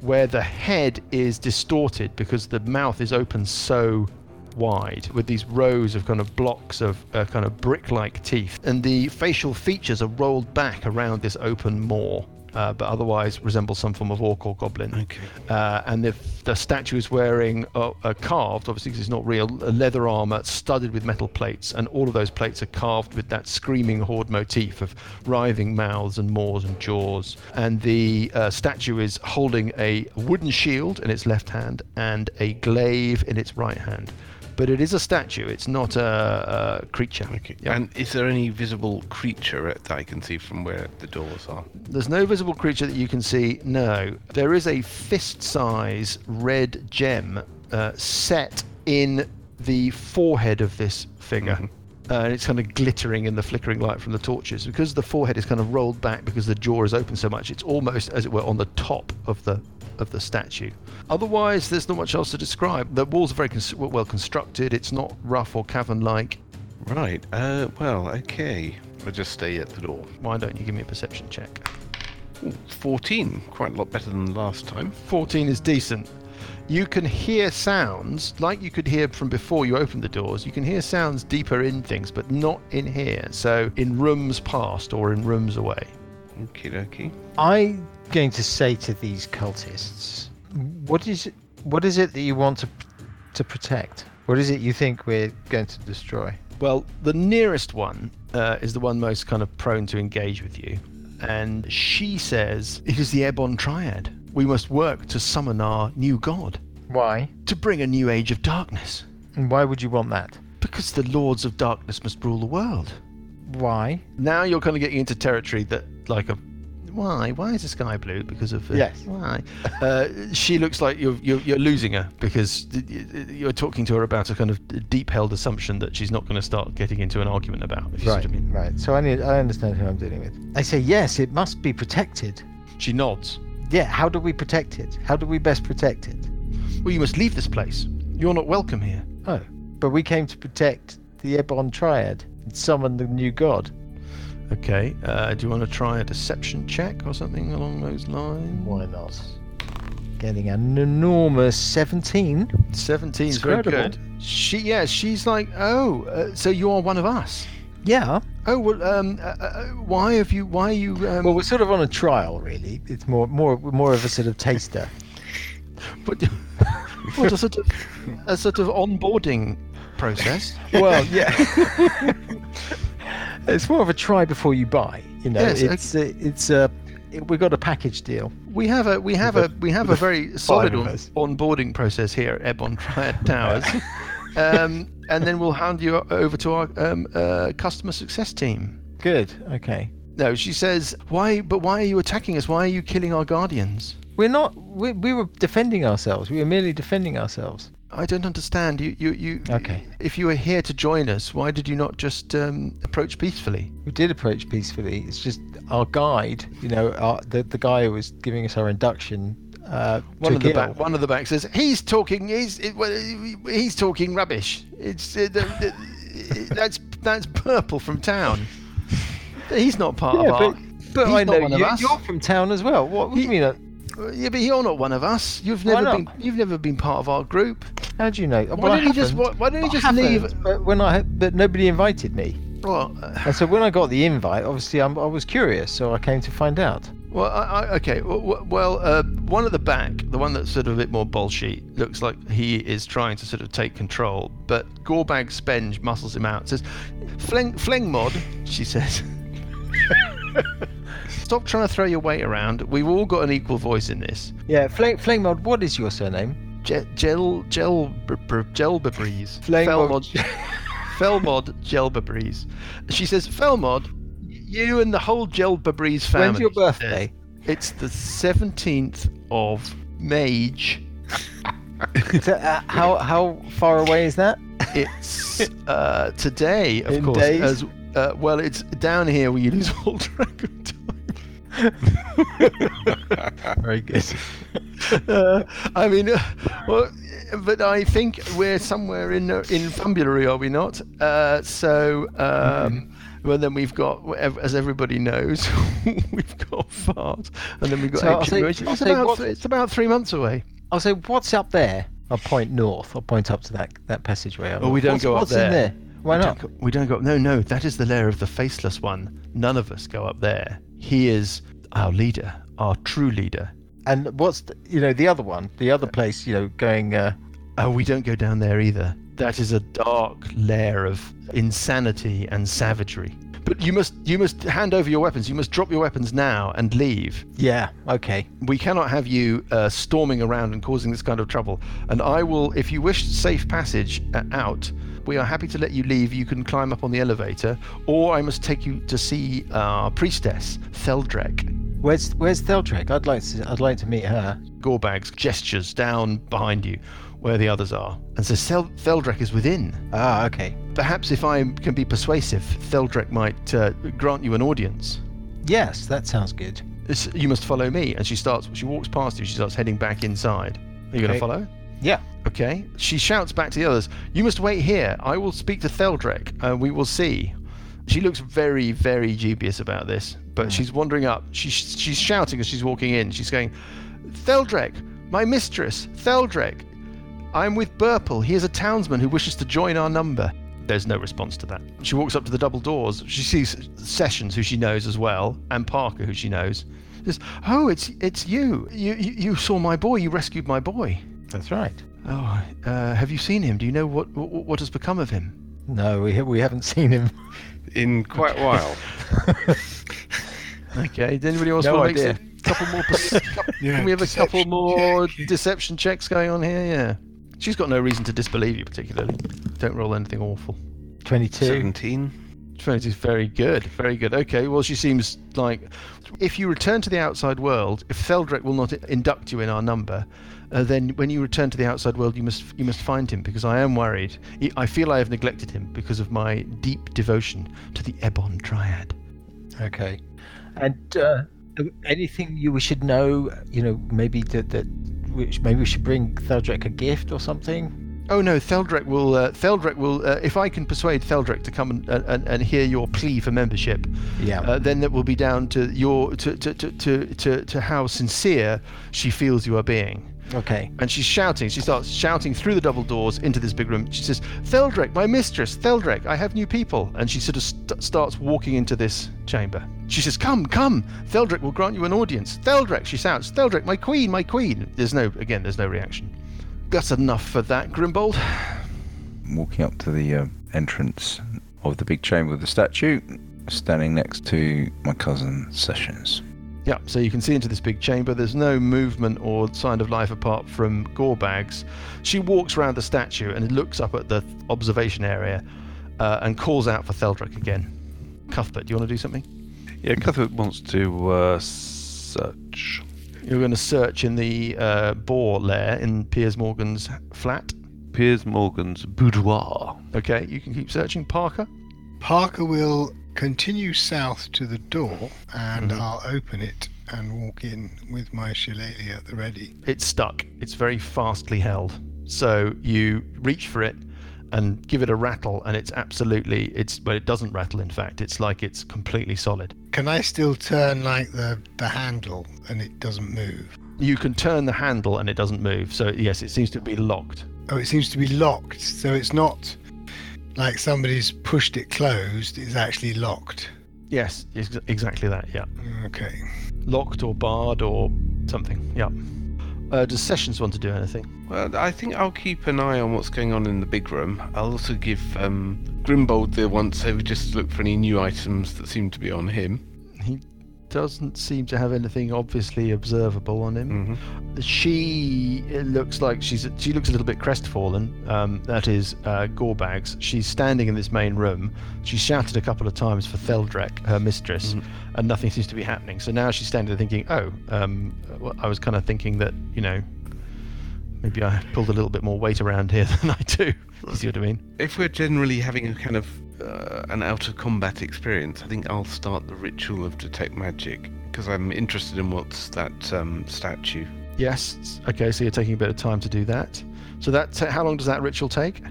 where the head is distorted because the mouth is open so wide with these rows of kind of blocks of uh, kind of brick-like teeth and the facial features are rolled back around this open maw uh, but otherwise resembles some form of orc or goblin okay. uh, and the, the statue is wearing uh, uh, carved obviously because it's not real uh, leather armor studded with metal plates and all of those plates are carved with that screaming horde motif of writhing mouths and maws and jaws and the uh, statue is holding a wooden shield in its left hand and a glaive in its right hand but it is a statue. It's not a, a creature. Yeah.
And is there any visible creature that I can see from where the doors are?
There's no visible creature that you can see. No, there is a fist-size red gem uh, set in the forehead of this figure. Uh, and it's kind of glittering in the flickering light from the torches. Because the forehead is kind of rolled back because the jaw is open so much, it's almost, as it were, on the top of the of the statue. Otherwise, there's not much else to describe. The walls are very cons- well constructed. It's not rough or cavern-like.
Right. Uh, well, okay. I'll just stay at the door.
Why don't you give me a perception check?
Ooh, 14. Quite a lot better than last time.
14 is decent. You can hear sounds like you could hear from before you opened the doors. You can hear sounds deeper in things, but not in here. So in rooms past or in rooms away.
Okie dokie.
I'm going to say to these cultists, what is what is it that you want to to protect? What is it you think we're going to destroy?
Well, the nearest one uh, is the one most kind of prone to engage with you. And she says, It is the Ebon Triad. We must work to summon our new god,
Why?
to bring a new age of darkness.
And why would you want that?
Because the lords of darkness must rule the world.
Why?
now you're kind of getting into territory that like a why why is the sky blue because of uh,
Yes.
why uh, she looks like you're, you're you're losing her because y- y- you're talking to her about a kind of deep held assumption that she's not going to start getting into an argument about if you see what I mean.
Right. So I need I understand who I'm dealing with. I say yes, it must be protected.
she nods
Yeah, how do we protect it? How do we best protect it?
well you must leave this place you're not welcome here
Oh, but we came to protect the Ebon Triad and summon the new god.
okay uh, do you want to try a deception check or something along those lines
Why not? Getting an enormous 17.
17
It's
is very
credible.
good she yeah she's like oh uh, so you are one of us
Yeah.
oh well um uh, uh, why have you why are you um,
Well, we're sort of on a trial, really. It's more, more, more of a sort of taster.
But what a sort of a sort of onboarding process.
Well, yeah. it's more of a try before you buy. You know,
Yes,
it's uh it's a we got a package deal.
We have a we have a we have a very solid
of
on, onboarding process here at Ebon Triad Towers, um, and then we'll hand you over to our um, uh, customer success team.
Good. Okay.
No, she says, why? But why are you attacking us? Why are you killing our guardians?
We're not. We, we were defending ourselves. We were merely defending ourselves.
I don't understand. You, you, you. Okay. If you were here to join us, why did you not just um, approach peacefully?
We did approach peacefully. It's just our guide. You know, our, the the guy who was giving us our induction. Uh,
One of
took
the
ill.
back, one of the back says he's talking. He's it, well, he's talking rubbish. It's uh, the, the, that's that's purple from town. He's not part
Yeah,
of our.
but, but
he's
I
not
know
one of
you,
us.
you're from town as well. What, what do you mean? uh,
Yeah, but you're not one of us. You've
Why
never
not?
been. You've never been part of our group.
How do you know?
Why don't you just Why, why don't you just leave?
But uh, when I but nobody invited me.
Well, uh,
And so when I got the invite, obviously I'm, I was curious, so I came to find out.
Well, I, I, okay. w- w- Well, uh, one at the back, the one that's sort of a bit more bolshy, looks like he is trying to sort of take control. But Gorbag Spenge muscles him out. Says, "Fling, fling mod," she says. Stop trying to throw your weight around. We've all got an equal voice in this.
Yeah, Flame, Flame Mod, what is your surname?
Gel, gel, gel, br- br- Gelbabreeze.
Flame
Felmod, Felmod Gelbabreeze. She says, Felmod, you and the whole Gelbabreeze family.
When's your
she says.
birthday?
It's the 17th of Mage.
So, uh, how how far away is that?
It's uh, today, of
In
course.
days?
As, uh, well, it's down here where you lose all track of time.
Very good.
Uh, I mean, uh, well, but I think we're somewhere in uh, in Fumbulary, are we not? Uh, so, um,
Mm-hmm.
well, then we've got, ev- as everybody knows, we've got Fart, and then we've got
So I'll
Ancient
say-
Ruins.
I'll
It's
say
about,
what-
th- it's about three months away.
I'll say, what's up there? I'll point north. I'll point up to that, that passageway.
Oh, we don't
what's,
go up
what's
there.
In there? Why
we
not?
Don't go, we don't go. No, no, that is the lair of the faceless one. None of us go up there. He is our leader, our true leader.
And what's the, you know the other one, the other place, you know, going. Uh,
Oh, we don't go down there either. That is a dark lair of insanity and savagery. But you must, you must hand over your weapons. You must drop your weapons now and leave.
yeah. Okay.
We cannot have you uh, storming around and causing this kind of trouble. And I will, if you wish safe passage uh, out, we are happy to let you leave. You can climb up on the elevator, or I must take you to see our priestess, Theldrek.
Where's Where's Theldrek? I'd like to I'd like to meet her.
Gorbags gestures down behind you where the others are and says, Thel- Theldrek is within.
Ah, okay.
Perhaps if I can be persuasive, Theldrek might uh, grant you an audience.
Yes, that sounds good.
It's, you must follow me. And she starts, she walks past you, she starts heading back inside. Are you going
Okay.
to follow?
Yeah.
Okay. She shouts back to the others, You must wait here. I will speak to Theldrek. Uh, we will see. She looks very, very dubious about this, but she's wandering up. She's, she's shouting as she's walking in. She's going, Theldrek, my mistress, Theldrek. I'm with Burple. He is a townsman who wishes to join our number. There's no response to that. She walks up to the double doors. She sees Sessions, who she knows as well, and Parker, who she knows. Says, "Oh, it's it's you. You you, you saw my boy. You rescued my boy."
That's right.
Oh, uh, have you seen him? Do you know what, what what has become of him?
No, we we haven't seen him.
In quite a while.
Okay, does anybody else
No
want to
idea.
make a couple more? pers- couple- can we have a couple more deception checks going on here? Yeah, she's got no reason to disbelieve you particularly. Don't roll anything awful.
22.
17.
Trent is very good, very good. Okay, well, she seems like if you return to the outside world, if Feldrek will not induct you in our number, uh, then when you return to the outside world, you must you must find him because I am worried. I- I feel I have neglected him because of my deep devotion to the Ebon Triad.
Okay. And uh, anything you we should know, you know, maybe that that which maybe we should bring Theldrek a gift or something.
Oh no, Theldrek will. Uh, Theldrek will. Uh, if I can persuade Theldrek to come and, and, and hear your plea for membership,
Yeah.
uh, then that will be down to your to to, to, to, to to how sincere she feels you are being.
Okay.
And she's shouting. She starts shouting through the double doors into this big room. She says, Theldrek, my mistress, Theldrek, I have new people. And she sort of st- starts walking into this chamber. She says, Come, come, Theldrek will grant you an audience. Theldrek, she shouts, Theldrek, my queen, my queen. There's no, again, there's no reaction. That's enough for that, Grimbold.
Walking up to the uh, entrance of the big chamber with the statue, standing next to my cousin Sessions.
Yeah, so you can see into this big chamber. There's no movement or sign of life apart from gore bags. She walks around the statue and looks up at the observation area uh, and calls out for Theldrick again. Cuthbert, do you want to do something?
Yeah, Cuthbert wants to uh, search.
You're going to search in the uh, boar lair in Piers Morgan's flat.
Piers Morgan's boudoir.
Okay, you can keep searching. Parker?
Parker will continue south to the door and
Mm-hmm.
I'll open it and walk in with my shillelagh at the ready.
It's stuck. It's very fastly held. So you reach for it and give it a rattle, and it's absolutely it's well, it doesn't rattle. In fact, it's like it's completely solid.
Can I still turn like the, the handle and it doesn't move?
You can turn the handle and it doesn't move. So yes, it seems to be locked.
Oh, it seems to be locked, so it's not like somebody's pushed it closed, it's actually locked.
Yes, ex- exactly that. Yeah,
Okay.
locked or barred or something. Yeah. Uh, does Sessions want to do anything?
Well, I think I'll keep an eye on what's going on in the big room. I'll also give um, Grimbold the once over just to look for any new items that seem to be on him.
He doesn't seem to have anything obviously observable on him. She it looks like she's she looks a little bit crestfallen. Um, that is uh, Gorbags. She's standing in this main room. She shouted a couple of times for Theldrek, her mistress, and nothing seems to be happening. So now she's standing there thinking, oh, um, well, I was kind of thinking that you know maybe I pulled a little bit more weight around here than I do. You see what I mean?
If we're generally having a kind of uh, an out of combat experience, I think I'll start the ritual of detect magic because I'm interested in what's that um, statue.
Yes. Okay. So you're taking a bit of time to do that. So that how long does that ritual take?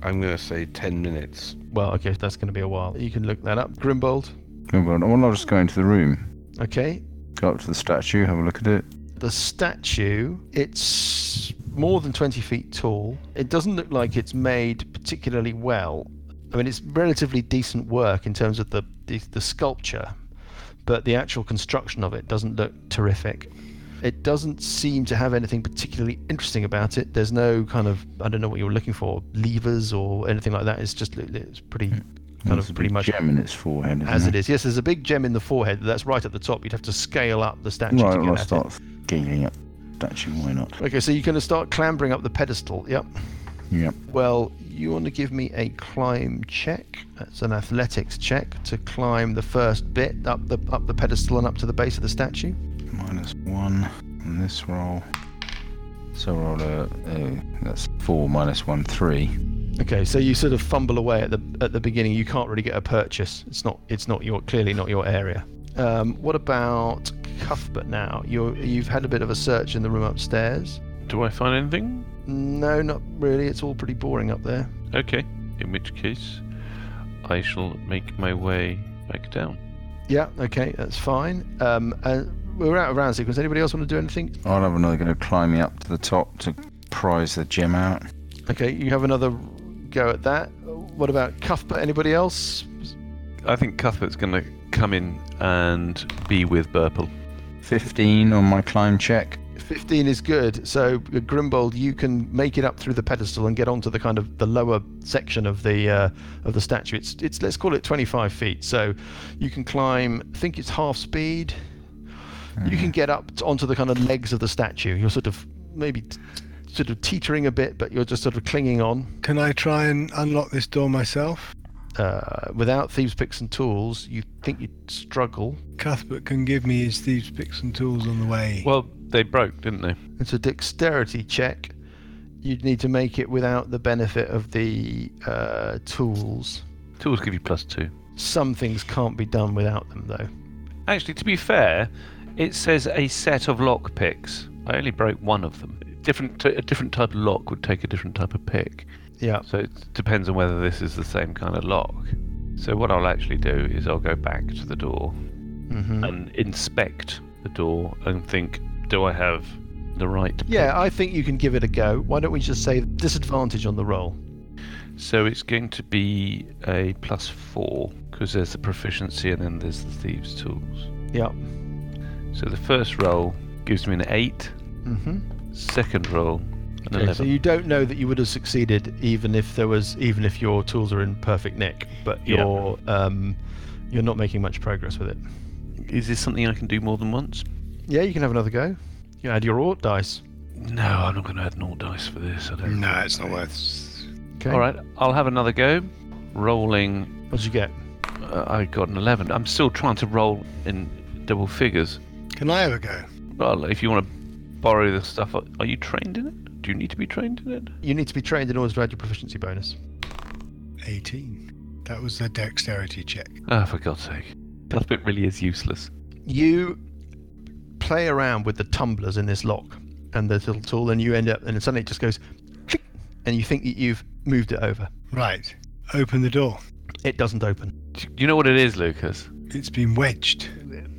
I'm going to say 10 minutes.
Well, okay, that's going to be a while. You can look that up. Grimbold.
Oh, Well, I'll just go into the room,
Okay.
go up to the statue, have a look at it.
The statue, it's more than 20 feet tall. It doesn't look like it's made particularly well. I mean, it's relatively decent work in terms of the, the, the sculpture, but the actual construction of it doesn't look terrific. It doesn't seem to have anything particularly interesting about it. There's no kind of, I don't know what you were looking for, levers or anything like that. It's just, it's pretty, kind
There's a
of pretty
big
much
gem in its forehead. Isn't
as it
there?
is. Yes, there's a big gem in the forehead. That's right at the top. You'd have to scale up the statue
Right,
to
I'll
get at it.
start scaling up statue. Why not?
Okay, so you're going to start clambering up the pedestal. Yep.
Yep.
Well, you want to give me a climb check. That's an athletics check to climb the first bit up the up the pedestal and up to the base of the statue.
Minus one on this roll. So roll a, a that's four minus one three.
Okay, so you sort of fumble away at the at the beginning. You can't really get a purchase. It's not it's not your clearly not your area. Um, what about Cuthbert now? You you've had a bit of a search in the room upstairs.
Do I find anything?
No, not really. It's all pretty boring up there.
Okay. In which case, I shall make my way back down.
Yeah, okay, that's fine. Um, uh, we're out of round sequence. Anybody else want to do anything?
I'll have another go climbing up to the top to prize the gem out.
Okay, you have another go at that. What about Cuthbert? Anybody else?
I think Cuthbert's going to come in and be with Burple.
Fifteen on my climb check.
15 is good. So, uh, Grimbold, you can make it up through the pedestal and get onto the kind of the lower section of the uh, of the statue. It's it's let's call it 25 feet. So, you can climb. I think it's half speed. You can get up t- onto the kind of legs of the statue. You're sort of maybe t- sort of teetering a bit, but you're just sort of clinging on.
Can I try and unlock this door myself?
uh, without thieves' picks and tools, you think you'd struggle.
Cuthbert can give me his thieves' picks and tools on the way.
Well, they broke, didn't they?
It's a dexterity check. You'd need to make it without the benefit of the uh, tools.
Tools give you plus two.
Some things can't be done without them, though.
Actually, to be fair, it says a set of lock picks. I only broke one of them. Different, t- a different type of lock would take a different type of pick.
Yeah.
So it depends on whether this is the same kind of lock. So what I'll actually do is I'll go back to the door
Mm-hmm.
and inspect the door and think, do I have the right.
Yeah, I think you can give it a go. Why don't we just say disadvantage on the roll?
So it's going to be a plus four because there's the proficiency and then there's the thieves' tools.
Yep.
So the first roll gives me an eight.
Mhm.
Second roll, an
Okay,
eleven.
so you don't know that you would have succeeded even if there was even if your tools are in perfect nick, but
Yeah.
you're um, you're not making much progress with it.
Is this something I can do more than once?
Yeah, you can have another go. You add your aught dice.
No, I'm not going to add an all dice for this. I don't.
No, it's not worth.
Okay.
All right, I'll have another go. Rolling,
What'd you get?
uh, I got an eleven. I'm still trying to roll in double figures.
Can I have a go?
Well, if you want to borrow the stuff, are you trained in it? Do you need to be trained in it?
You need to be trained in order to add your proficiency bonus.
18. That was the dexterity check.
Ah, for God's sake, that bit really is useless.
you play around with the tumblers in this lock and the little tool, and you end up, and suddenly it just goes, click, and you think that you've moved it over.
Right. Open the door.
It doesn't open.
Do you know what it is, Lucas?
It's been wedged.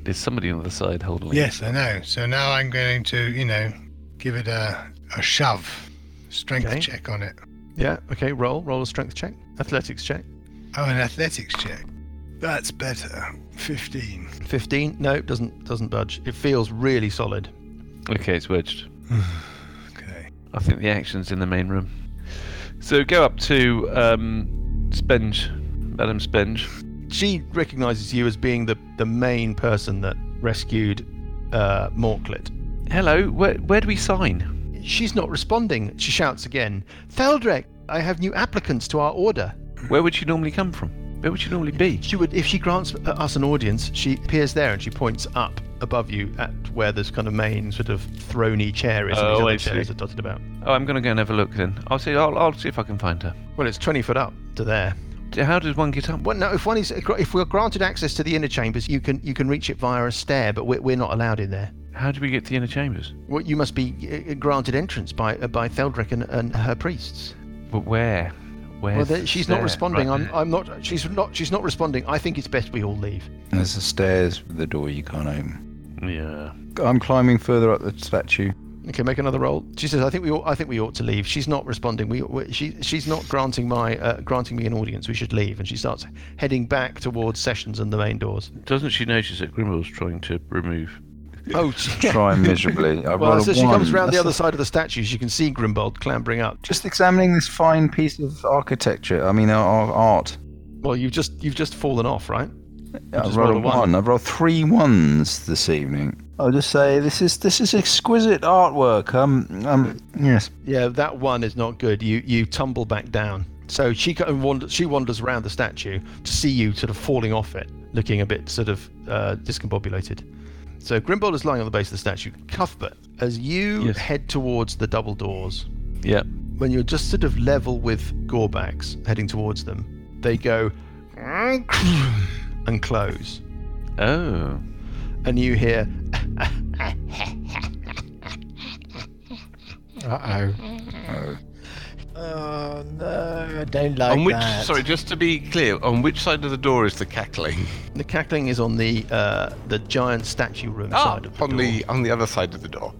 There's somebody on the side holding. it.
Yes, I know. So now I'm going to, you know, give it a, a shove. Strength
Okay.
check on it.
Yeah. Okay. Roll. Roll a strength check. Athletics check.
Oh, an athletics check. That's better. 15.
Fifteen. No, it doesn't doesn't budge. It feels really solid.
Okay, it's wedged.
Okay.
I think the action's in the main room. So go up to um, Spenge, Madam Spenge.
She recognises you as being the the main person that rescued uh, Morklet.
Hello, where, where do we sign?
She's not responding. She shouts again, Feldrek, I have new applicants to our order.
Where would you normally come from? Where would you normally be?
She would, if she grants us an audience, she appears there and she points up above you at where this kind of main sort of throny chair is. and
Oh,
these other
I see.
chairs are dotted about.
Oh, I'm going to go and have a look then. I'll see. I'll, I'll see if I can find her.
Well, it's twenty foot up to there.
D- How does one get up?
Well, no, if one is, if we're granted access to the inner chambers, you can you can reach it via a stair, but we're, we're not allowed in there.
How do we get to the inner chambers?
Well, you must be uh, granted entrance by uh, by Feldrek and, and her priests.
But where? Where?
Well, there- she's not responding. I'm, I'm not. She's not. She's not responding. I think it's best we all leave.
There's the stairs with the door you can't open.
Yeah.
I'm climbing further up the statue.
Okay, make another roll. She says, "I think we ought, I think we ought to leave." She's not responding. We, we she she's not granting my uh, granting me an audience. We should leave. And she starts heading back towards sessions and the main doors.
Doesn't she notice that Grimwell's trying to remove?
Oh,
Try miserably. I
well,
rolled
so
a
she comes
one.
round the
That's
other side of the statues. You can see Grimbald clambering up.
Just examining this fine piece of architecture. I mean, uh, ar- art.
Well, you've just you've just fallen off, right?
I
just
rolled a
rolled a one.
one. I've rolled three ones this evening. I'll just say this is this is exquisite artwork. Um, um, yes.
Yeah, that one is not good. You you tumble back down. So she kind of wander, she wanders around the statue to see you sort of falling off it, looking a bit sort of uh, discombobulated. So Grimbald is lying on the base of the statue. Cuthbert, as you
Yes.
head towards the double doors,
Yeah.
when you're just sort of level with Gorbax heading towards them, they go and close,
Oh.
and you hear
Uh oh.
Oh no, I don't like
on which,
that.
sorry, just to be clear, on which side of the door is the cackling?
the cackling is on the uh, the giant statue room
Ah!
side of the
Ah, on
door.
the on the other side of the door.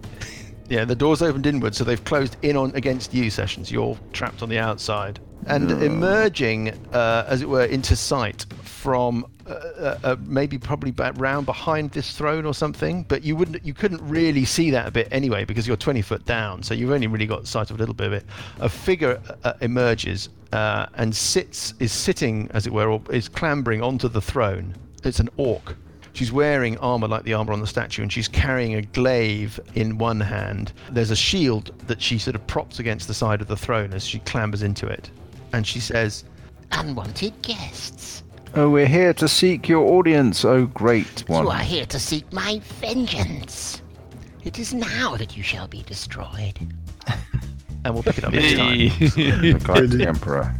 Yeah, the doors opened inward, so they've closed in on against you, Sessions. You're trapped on the outside. And emerging, uh, as it were, into sight from uh, uh, uh, maybe probably back round behind this throne or something, but you wouldn't, you couldn't really see that a bit anyway because you're 20 foot down, so you've only really got sight of a little bit of it. A figure uh, emerges uh, and sits, is sitting, as it were, or is clambering onto the throne. It's an orc. She's wearing armor like the armor on the statue, and she's carrying a glaive in one hand. There's a shield that she sort of props against the side of the throne as she clambers into it. And she says,
Unwanted guests.
Oh, we're here to seek your audience, oh great one.
You are here to seek my vengeance. It is now that you shall be destroyed.
and we'll pick it up next time.
the guide to the emperor.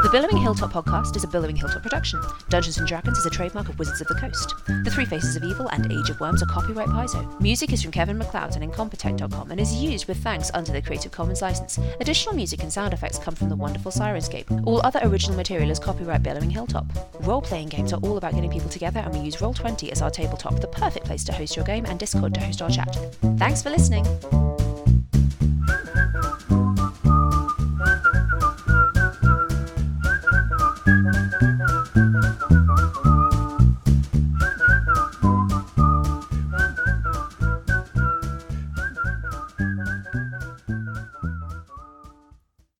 The
The Billowing Hilltop podcast is a Billowing Hilltop production. Dungeons and Dragons is a trademark of Wizards of the Coast. The Three Faces of Evil and Age of Worms are copyright Paizo. Music is from Kevin McLeod and Incompetech.com and is used with thanks under the Creative Commons license. Additional music and sound effects come from the wonderful Sirenscape. All other original material is copyright Billowing Hilltop. Role playing games are all about getting people together, and we use Roll20 as our tabletop, the perfect place to host your game, and Discord to host our chat. Thanks for listening.